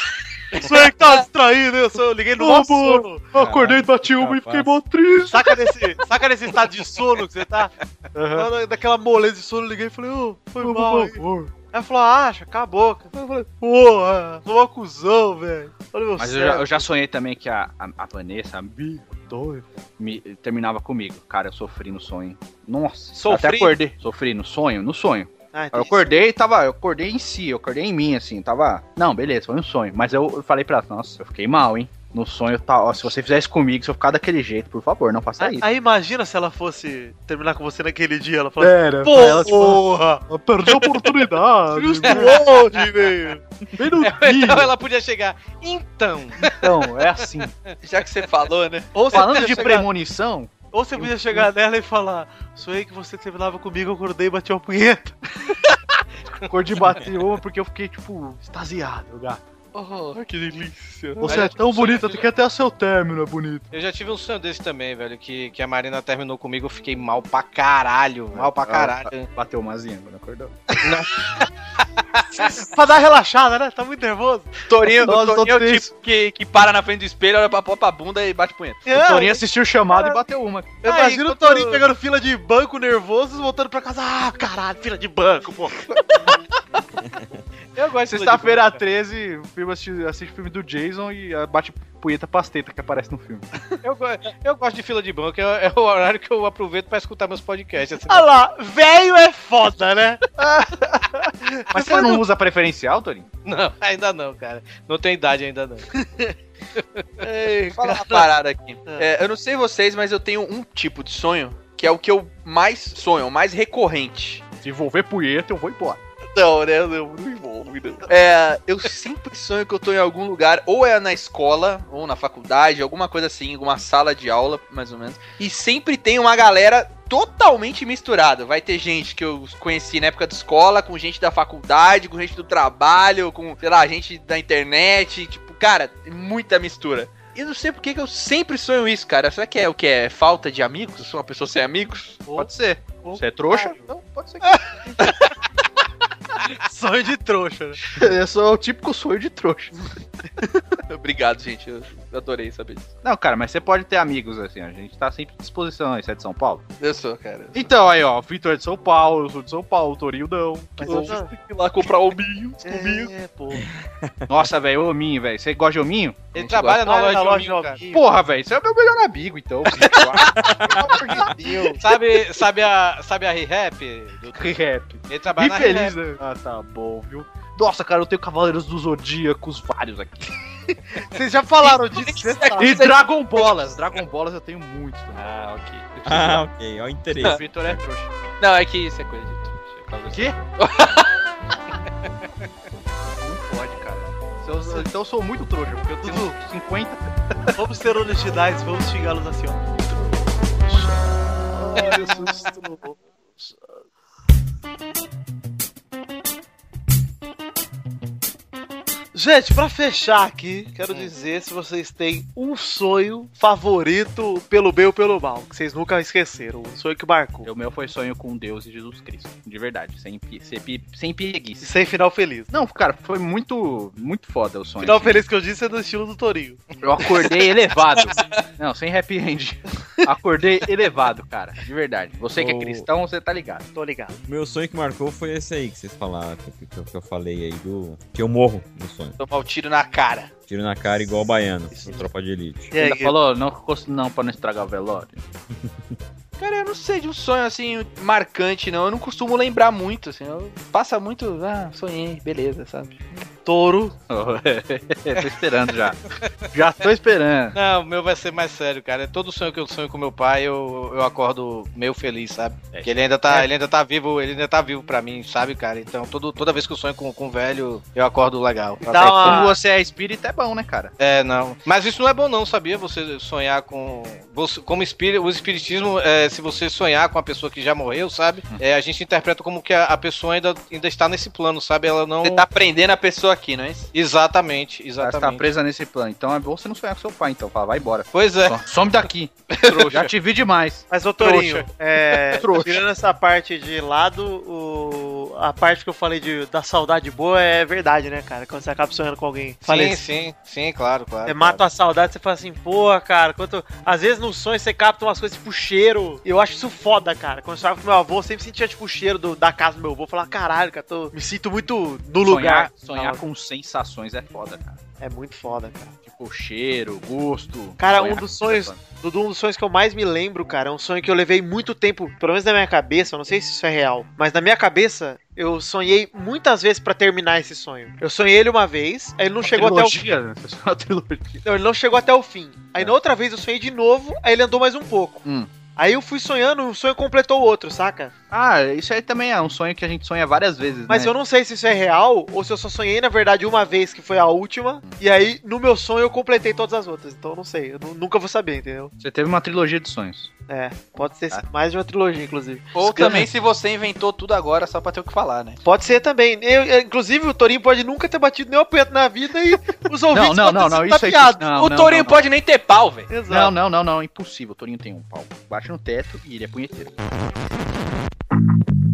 A: Sonhei que tava distraído, eu, só- eu liguei no mau
G: Ô, pô.
A: sono.
G: Eu acordei, bati uma e fiquei mó triste.
A: Saca desse, saca desse estado de sono que você tá? Da- Daquela moleza de sono, eu liguei e falei, ô, foi
G: Por
A: mal. hein?
G: favor.
A: Ela falou, acha, acabou. Eu falei, pô, ah, sou um acusão, velho. Olha o meu
B: Mas eu
A: cérebro.
B: já, eu já sonhei também que a, a, a Vanessa a Bi- me, terminava comigo. Cara, eu sofri no sonho. Nossa,
C: Sofri?
B: até acordei. Sofri no sonho, no sonho.
A: Ah,
B: Eu
A: entendi.
B: acordei e tava. Eu acordei em si, eu acordei em mim, assim, tava. Não, beleza, foi um sonho. Mas eu, eu falei pra ela, nossa, eu fiquei mal, hein? No sonho, tá, ó, se você fizer isso comigo, se eu ficar daquele jeito, por favor, não faça
A: Aí,
B: isso.
A: aí imagina se ela fosse terminar com você naquele dia, ela fala,
G: Era,
A: porra,
G: ela, tipo, ela perdeu a oportunidade.
A: Just World, velho.
G: Bem no
F: Então
G: dia.
F: ela podia chegar. Então.
B: Então, é assim.
C: Já que você falou, né?
A: Ou você
B: Falando
A: podia
B: de
A: chegar-
B: premonição,
A: Ou você podia chegar nela e falar, sonhei que você terminava comigo, eu acordei e bati uma punheta.
G: cor de bater uma porque eu fiquei, tipo, extasiado, gato.
A: Oh, que delícia.
G: Você é tão bonita, tem que até o seu término, é bonito.
F: Eu já tive um sonho desse também, velho. Que, que a Marina terminou comigo, eu fiquei mal pra caralho. Mal pra caralho.
B: bateu uma zinha quando acordou.
A: pra dar relaxada, né? Tá muito nervoso.
C: Torinho,
G: Nossa,
C: Torinho é o
G: tô triste.
C: tipo que, que para na frente do espelho, olha pra, pra bunda e bate punheta.
A: É,
B: O Torinho assistiu o chamado e bateu uma.
A: Eu
C: Ah,
A: imagino o
C: enquanto-
A: Torinho pegando fila de banco nervoso, voltando pra casa. Ah, caralho, fila de banco, pô.
F: Eu gosto de
G: Sexta-feira 13, o filme assiste, assiste o filme do Jason e ah, bate punheta pasteta que aparece no filme.
F: Eu, go- eu gosto de fila de banco, é, é o horário que eu aproveito pra escutar meus podcasts. assim.
A: Olha lá, velho é foda, né?
B: Mas você não usa preferencial, Torinho?
F: Não, ainda não, cara. Não tenho idade ainda não.
C: Fala uma parada aqui. É, eu não sei vocês, mas eu tenho um tipo de sonho que é o que eu mais sonho, o mais recorrente.
G: Se envolver punheta, eu vou embora.
C: Não, né? Eu não envolvo, não. É, eu sempre sonho que eu tô em algum lugar, ou é na escola, ou na faculdade, alguma coisa assim, alguma sala de aula, mais ou menos. E sempre tem uma galera totalmente misturada. Vai ter gente que eu conheci na época de escola, com gente da faculdade, com gente do trabalho, com, sei lá, gente da internet. Tipo, cara, muita mistura. E eu não sei por que que eu sempre sonho isso, cara. Será que é o que? É falta de amigos? Eu sou uma pessoa sem amigos? Pode ser.
B: Você é trouxa?
A: Sonho de trouxa, né?
B: eu sou o típico sonho de trouxa.
C: Obrigado, gente. Eu adorei saber disso.
B: Não, cara, mas você pode ter amigos, assim, a gente tá sempre à disposição, isso é de São Paulo.
C: Eu sou, cara.
G: Então, aí, ó, o Vitor é de São Paulo, eu sou de São Paulo, o Torinho não.
A: Mas
C: eu
A: eu
C: já
A: já
C: fui lá comprar um o milho comigo.
A: É, pô.
B: Nossa, velho, hominho, velho, você gosta de hominho?
F: Ele trabalha na loja,
A: na loja
C: um
F: de
A: de
F: hominho, cara.
A: joguinho.
B: Porra, velho, você é o meu melhor amigo, então.
F: Sabe, sabe a, sabe a Rehap? Do-
G: Rap.
F: Ele
G: Bem
F: trabalha na
G: feliz,
F: Rehap.
G: né? Ah, tá bom, viu? Nossa, cara, eu tenho Cavaleiros do Zodíacos vários aqui.
A: Vocês já falaram disso, você sabe.
G: E Dragon Bolas. Dragon Bolas eu tenho muitos também.
I: Ah, ok.
E: Ah, ok. Olha o interesse.
G: Vitor é trouxa.
I: Não, é que isso é coisa de trouxa. é causa-
G: Quê? assim, Não pode, cara. Se eu- então eu sou muito trouxa, porque eu tenho
A: Dudu.
G: 50.
A: Vamos ter honestidades, vamos xingá-los assim, ó.
G: Ai, eu sou trouxa.
A: Gente, pra fechar aqui, quero dizer se vocês têm um sonho favorito, pelo bem ou pelo mal, que vocês nunca esqueceram, um sonho que marcou.
B: O meu foi sonho com Deus e Jesus Cristo, de verdade, sem, pi- sem, pi- sem
A: E
B: preguiça.
A: sem final feliz.
B: Não, cara, foi muito, muito foda o sonho.
A: Final
B: assim.
A: feliz que eu disse é do estilo do Torinho.
B: Eu acordei elevado. Não, sem happy end. Acordei elevado, cara, de verdade. Você que é
E: O-
B: cristão, você tá ligado.
A: Tô ligado.
E: Meu sonho que marcou foi esse aí que vocês falaram, que, que eu- que eu falei aí do. Que eu morro no sonho.
C: Tomar o tiro na cara.
E: Tiro na cara igual o baiano, no tropa de elite.
A: E aí,
B: Ainda falou, não, cons- não, pra não estragar o velório.
C: Cara, eu não sei de um sonho assim marcante, não. Eu não costumo lembrar muito, assim. Eu passa muito. Ah, sonhei, beleza, sabe?
A: touro.
B: tô esperando já. Já tô esperando.
F: Não, o meu vai ser mais sério, cara. É Todo sonho que eu sonho com meu pai, eu, eu acordo meio feliz, sabe?
A: É.
F: Porque ele ainda tá, ele ainda tá vivo, ele ainda tá vivo pra mim, sabe, cara? Então, todo, toda vez que eu sonho com, com um velho, eu acordo legal.
A: Dá
B: Quando
A: uma...
B: você é espírita, é bom, né, cara?
F: É, não. Mas isso não é bom, não, sabia? Você sonhar com. Você, como espírito, o espiritismo, é, se você sonhar com a pessoa que já morreu, sabe?
A: Hum.
F: É, a gente interpreta como que a, a pessoa ainda, ainda está nesse plano, sabe? Ela não.
C: Você tá prendendo a pessoa aqui, não é isso?
F: Exatamente,
B: Você tá
F: exatamente.
B: presa nesse plano. Então é bom você não sonhar com seu pai, então. Fala, vai embora.
F: Pois é.
B: Só- Some daqui. Já te vi demais.
A: Mas, ô Torinho, é,
B: Trouxa.
A: tirando essa parte de lado, o- a parte que eu falei de, da saudade boa é verdade, né, cara? Quando você acaba sonhando com alguém.
F: Sim,
A: falecido.
F: sim, sim, claro, claro.
A: É, mata a saudade, você fala assim, porra, cara, quanto... Às vezes no sonho você capta umas coisas tipo cheiro. Eu acho isso foda, cara. Quando eu sonhava com meu avô, eu sempre sentia tipo o cheiro do- da casa do meu avô. Eu falava, caralho, cara, tô... me sinto muito no lugar.
B: Sonhar, sonhar com sensações é foda, cara.
A: É muito foda, cara.
B: Tipo, cheiro, gosto.
A: Cara,
B: Olha,
A: um dos sonhos, Dudu, um dos sonhos que eu mais me lembro, cara, é um sonho que eu levei muito tempo, pelo menos na minha cabeça, eu não sei se isso é real, mas na minha cabeça eu sonhei muitas vezes pra terminar esse sonho. Eu sonhei ele uma vez, aí ele não chegou até o
B: Trilogia, né? Você chama trilogia.
A: não, ele não chegou até o fim. Aí na outra vez eu sonhei de novo, aí ele andou mais um pouco.
B: Hum.
A: Aí eu fui sonhando, um sonho completou o outro, saca?
B: Ah, isso aí também é um sonho que a gente sonha várias vezes,
A: Mas
B: né?
A: eu não sei se isso é real ou se eu só sonhei, na verdade, uma vez, que foi a última, e aí no meu sonho eu completei todas as outras. Então eu não sei, eu nu- nunca vou saber, entendeu?
B: Você teve uma trilogia de sonhos.
A: É, pode ser mais de uma trilogia, inclusive.
C: Ou também se você inventou tudo agora só pra ter o que falar, né?
A: Pode ser também. Eu- eu- inclusive, o Torinho pode nunter ter batido nenhum apanhado na vida e os ouvintes
B: não,
A: podem ter
B: não, não,
A: sido
B: isso aí-
A: tapeados.
B: Não,
I: o
B: não,
I: Torinho
B: não, não.
I: pode nem ter pau, velho.
B: Não,
A: Exato.
B: não, não, não, impossível. O Torinho tem um pau. Bate no teto e ele é punheteiro. Não, não,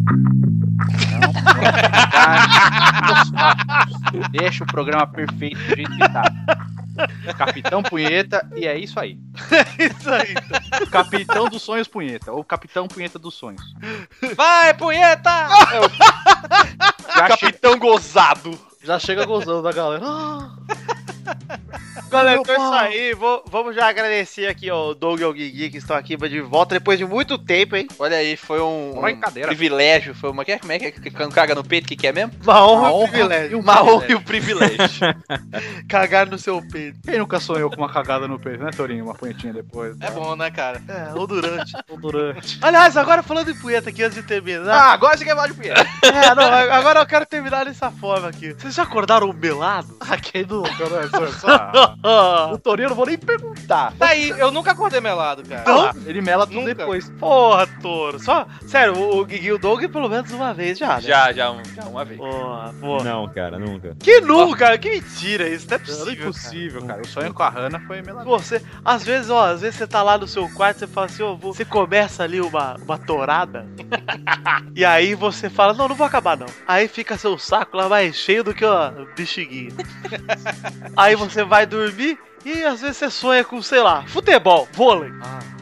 B: não. Deixa o programa perfeito do jeito que tá. Capitão Punheta, e é isso aí.
A: Isso aí.
B: Capitão dos Sonhos Punheta, ou Capitão Punheta dos Sonhos.
I: Vai, punheta!
B: Já, che
C: Capitão gozado.
D: Já chega gozando da galera. Ah,
A: Galera,
D: Meu
A: então é isso
D: pau.
A: aí. Vou- vamos já agradecer aqui ao Doug e ao Guigui que estão aqui de volta depois de muito tempo, hein?
C: Olha aí, foi um,
B: Uma
C: um
B: cadeira.
C: privilégio. Foi uma. que é- Como é que é? Que Caga no peito, o que, que é mesmo?
A: Uma honra,
B: Uma
A: e um
B: honra.
A: privilégio.
C: Uma honra e o privilégio.
A: um Cagar no seu peito.
B: quem nunca sonhou com uma cagada no peito, né, Torinho? Uma punhetinha depois.
F: É bom, né, cara?
A: É, ou durante.
D: o Durante.
A: Aliás, agora falando em punheta aqui antes de terminar.
B: Ah, agora você quer falar de punheta.
A: É, não, agora eu quero terminar dessa forma aqui. Vocês já acordaram melado?
D: Aqui do.
B: Cara, é só- só-
A: Ah,
D: O Torinho, eu não vou nem perguntar.
F: Tá aí, eu nunca acordei melado, cara.
B: Ah, Ele mela tudo
F: Nunca.
B: depois.
A: porra, touro. Só, sério, o, o Guigui e o Doug pelo menos uma vez já, né?
I: Já, já, um- já uma vez.
A: Porra, porra.
E: Não, cara, nunca.
A: Que nunca, que mentira isso, não é
B: Não
A: possível.
B: era impossível, cara. O sonho com a Hannah foi melanólico.
A: Você, às vezes, ó, às vezes você tá lá no seu quarto, você fala assim, ó, vou- você começa ali uma, uma torada, e aí você fala, não, não vou acabar não. Aí fica seu saco lá mais cheio do que ó, bexiguinha. aí você vai dormir e às vezes você sonha com, sei lá, futebol, vôlei.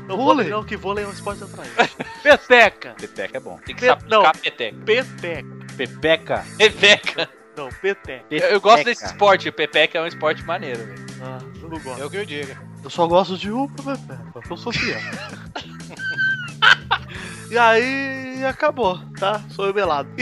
A: não, vôlei não, que vôlei é um esporte atraente. Peteca,
B: Pepeca é bom.
I: Tem que
A: Pe- não.
I: saber peteca.
A: peteca,
B: Pepeca.
I: Pepeca.
A: não, peteca.
I: Eu, eu gosto desse esporte. Pepeca é um esporte maneiro, velho.
A: Ah, eu não gosto.
F: É o que eu digo.
D: Eu só gosto de um Pepeca, porque eu sou fiel.
A: E aí acabou, tá? Sou eu melado.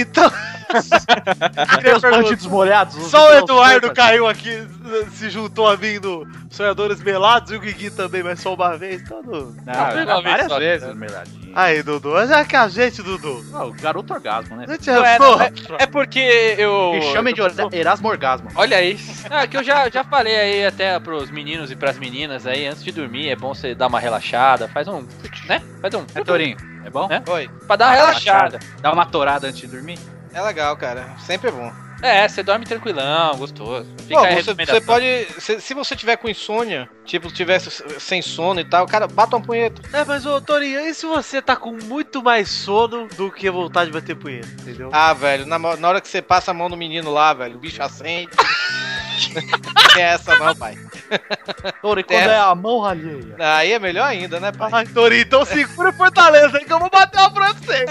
A: Então,
D: Tem os bandidos molhados. os
A: Só o
D: bandidos-
A: Eduardo caiu aqui, se juntou a mim no Sonhadores Melados e o Guigui também, mas só uma vez. Então, não.
B: Não,
I: Ah,
B: já
I: uma vez
B: várias
I: só,
B: vezes,
I: né?
B: meladinho.
A: Aí, Dudu, olha que a gente, Dudu.
B: Ah, o garoto orgasmo, né?
A: Não te
I: é,
A: pô,
I: não, É porque eu.
B: Me chamem de or- Erasmo Orgasmo.
I: Olha aí. Ah, que eu já, já falei aí até pros meninos e pras meninas aí, antes de dormir, é bom você dar uma relaxada, faz um. né? Faz um.
B: É, Torinho? É bom?
I: É?
F: Oi.
I: Pra dar uma relaxada.
B: Dá uma torada antes de dormir?
F: É legal, cara. Sempre é bom.
I: É, você dorme tranquilão, gostoso. Fica
F: Pô,
I: aí a
F: você,
I: recomendação.
F: você pode. Se, se você tiver com insônia, tipo, tivesse s- sem sono e tal, cara, bata uma punheta.
A: É, mas, ô, Torinho, e se você tá com muito mais sono do que vontade de bater punheta, entendeu?
F: Ah, velho, na, mo- na hora que você passa a mão no menino lá, velho, o bicho acende. Não é essa não, pai.
D: Torinho, quando
F: É.
D: é a mão alheia.
F: Aí é melhor ainda, né, pai?
A: Ai, Torinho, então segura o Fortaleza aí que eu vou bater uma pra você.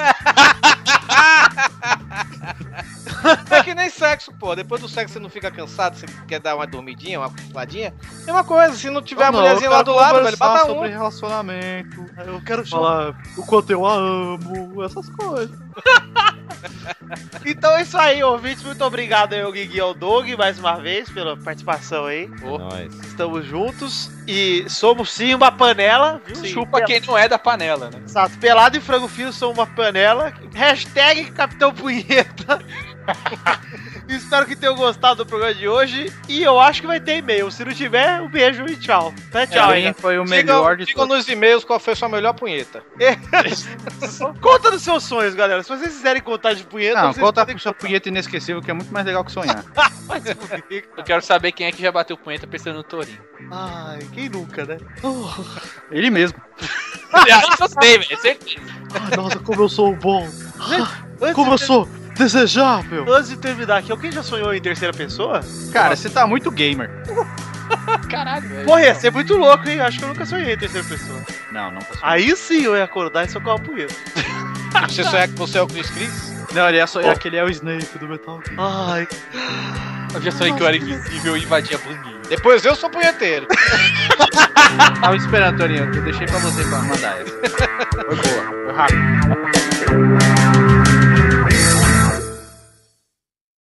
F: É que nem sexo, pô. Depois do sexo você não fica cansado, você quer dar uma dormidinha, uma cochiladinha. Mesma coisa, se não tiver a
D: Não,
F: mulherzinha
D: eu
F: lá
D: quero
F: do lado, velho,
D: conversar
F: bata um.
D: sobre relacionamento,
A: Eu quero chorar.
D: falar o quanto eu a amo, essas coisas.
A: Então é isso aí, ouvintes. Muito obrigado aí ao Guigui e ao Doug mais uma vez pela participação aí.
E: É nóis.
A: Estamos juntos e somos sim uma panela, viu?
I: Chupa quem não é da panela, né?
A: Exato, pelado e frango fio são uma panela. Hashtag Capitão Punheta. Espero que tenham gostado do programa de hoje. E eu acho que vai ter e-mail. Se não tiver, um beijo e tchau.
I: É
A: Até tchau,
B: Torinho
A: hein?
B: foi o melhor
F: Digam,
B: de
F: digam
B: todos.
F: nos e-mails qual foi a sua melhor punheta.
A: Conta dos seus sonhos, galera. Se vocês quiserem contar de punheta,
B: Não,
A: vocês
B: conta
A: podem
B: tá com sua punheta inesquecível, que é muito mais legal que sonhar.
I: Eu quero saber quem é que já bateu punheta pensando no Torinho.
A: Ai, quem nunca, né?
B: Ele mesmo.
I: Ah, Isso eu sei, velho. certeza.
B: Ah,
D: Ai, nossa, como eu sou bom.
B: é
A: Antes,
D: Como eu
A: de,
D: sou desejável.
A: antes de terminar aqui, alguém já sonhou em terceira pessoa?
B: Cara, você tá muito gamer.
I: Caralho, velho.
A: Porra, ia ser muito louco, hein? Acho que eu nunca sonhei em terceira pessoa.
B: Não, não posso.
A: Aí sim eu ia acordar e socar uma punheta.
F: Você sonhar que você é o Chris Chris?
B: Não, ele é só.
D: Aquele é o Snape do Metal Gear.
A: Ai.
B: Eu já sonhei que eu era invisível e invadia a banguinha.
C: Depois eu sou punheteiro.
B: Tava esperando, Torinho. Eu deixei pra você pra mandar essa.
J: Foi boa. Foi rápido.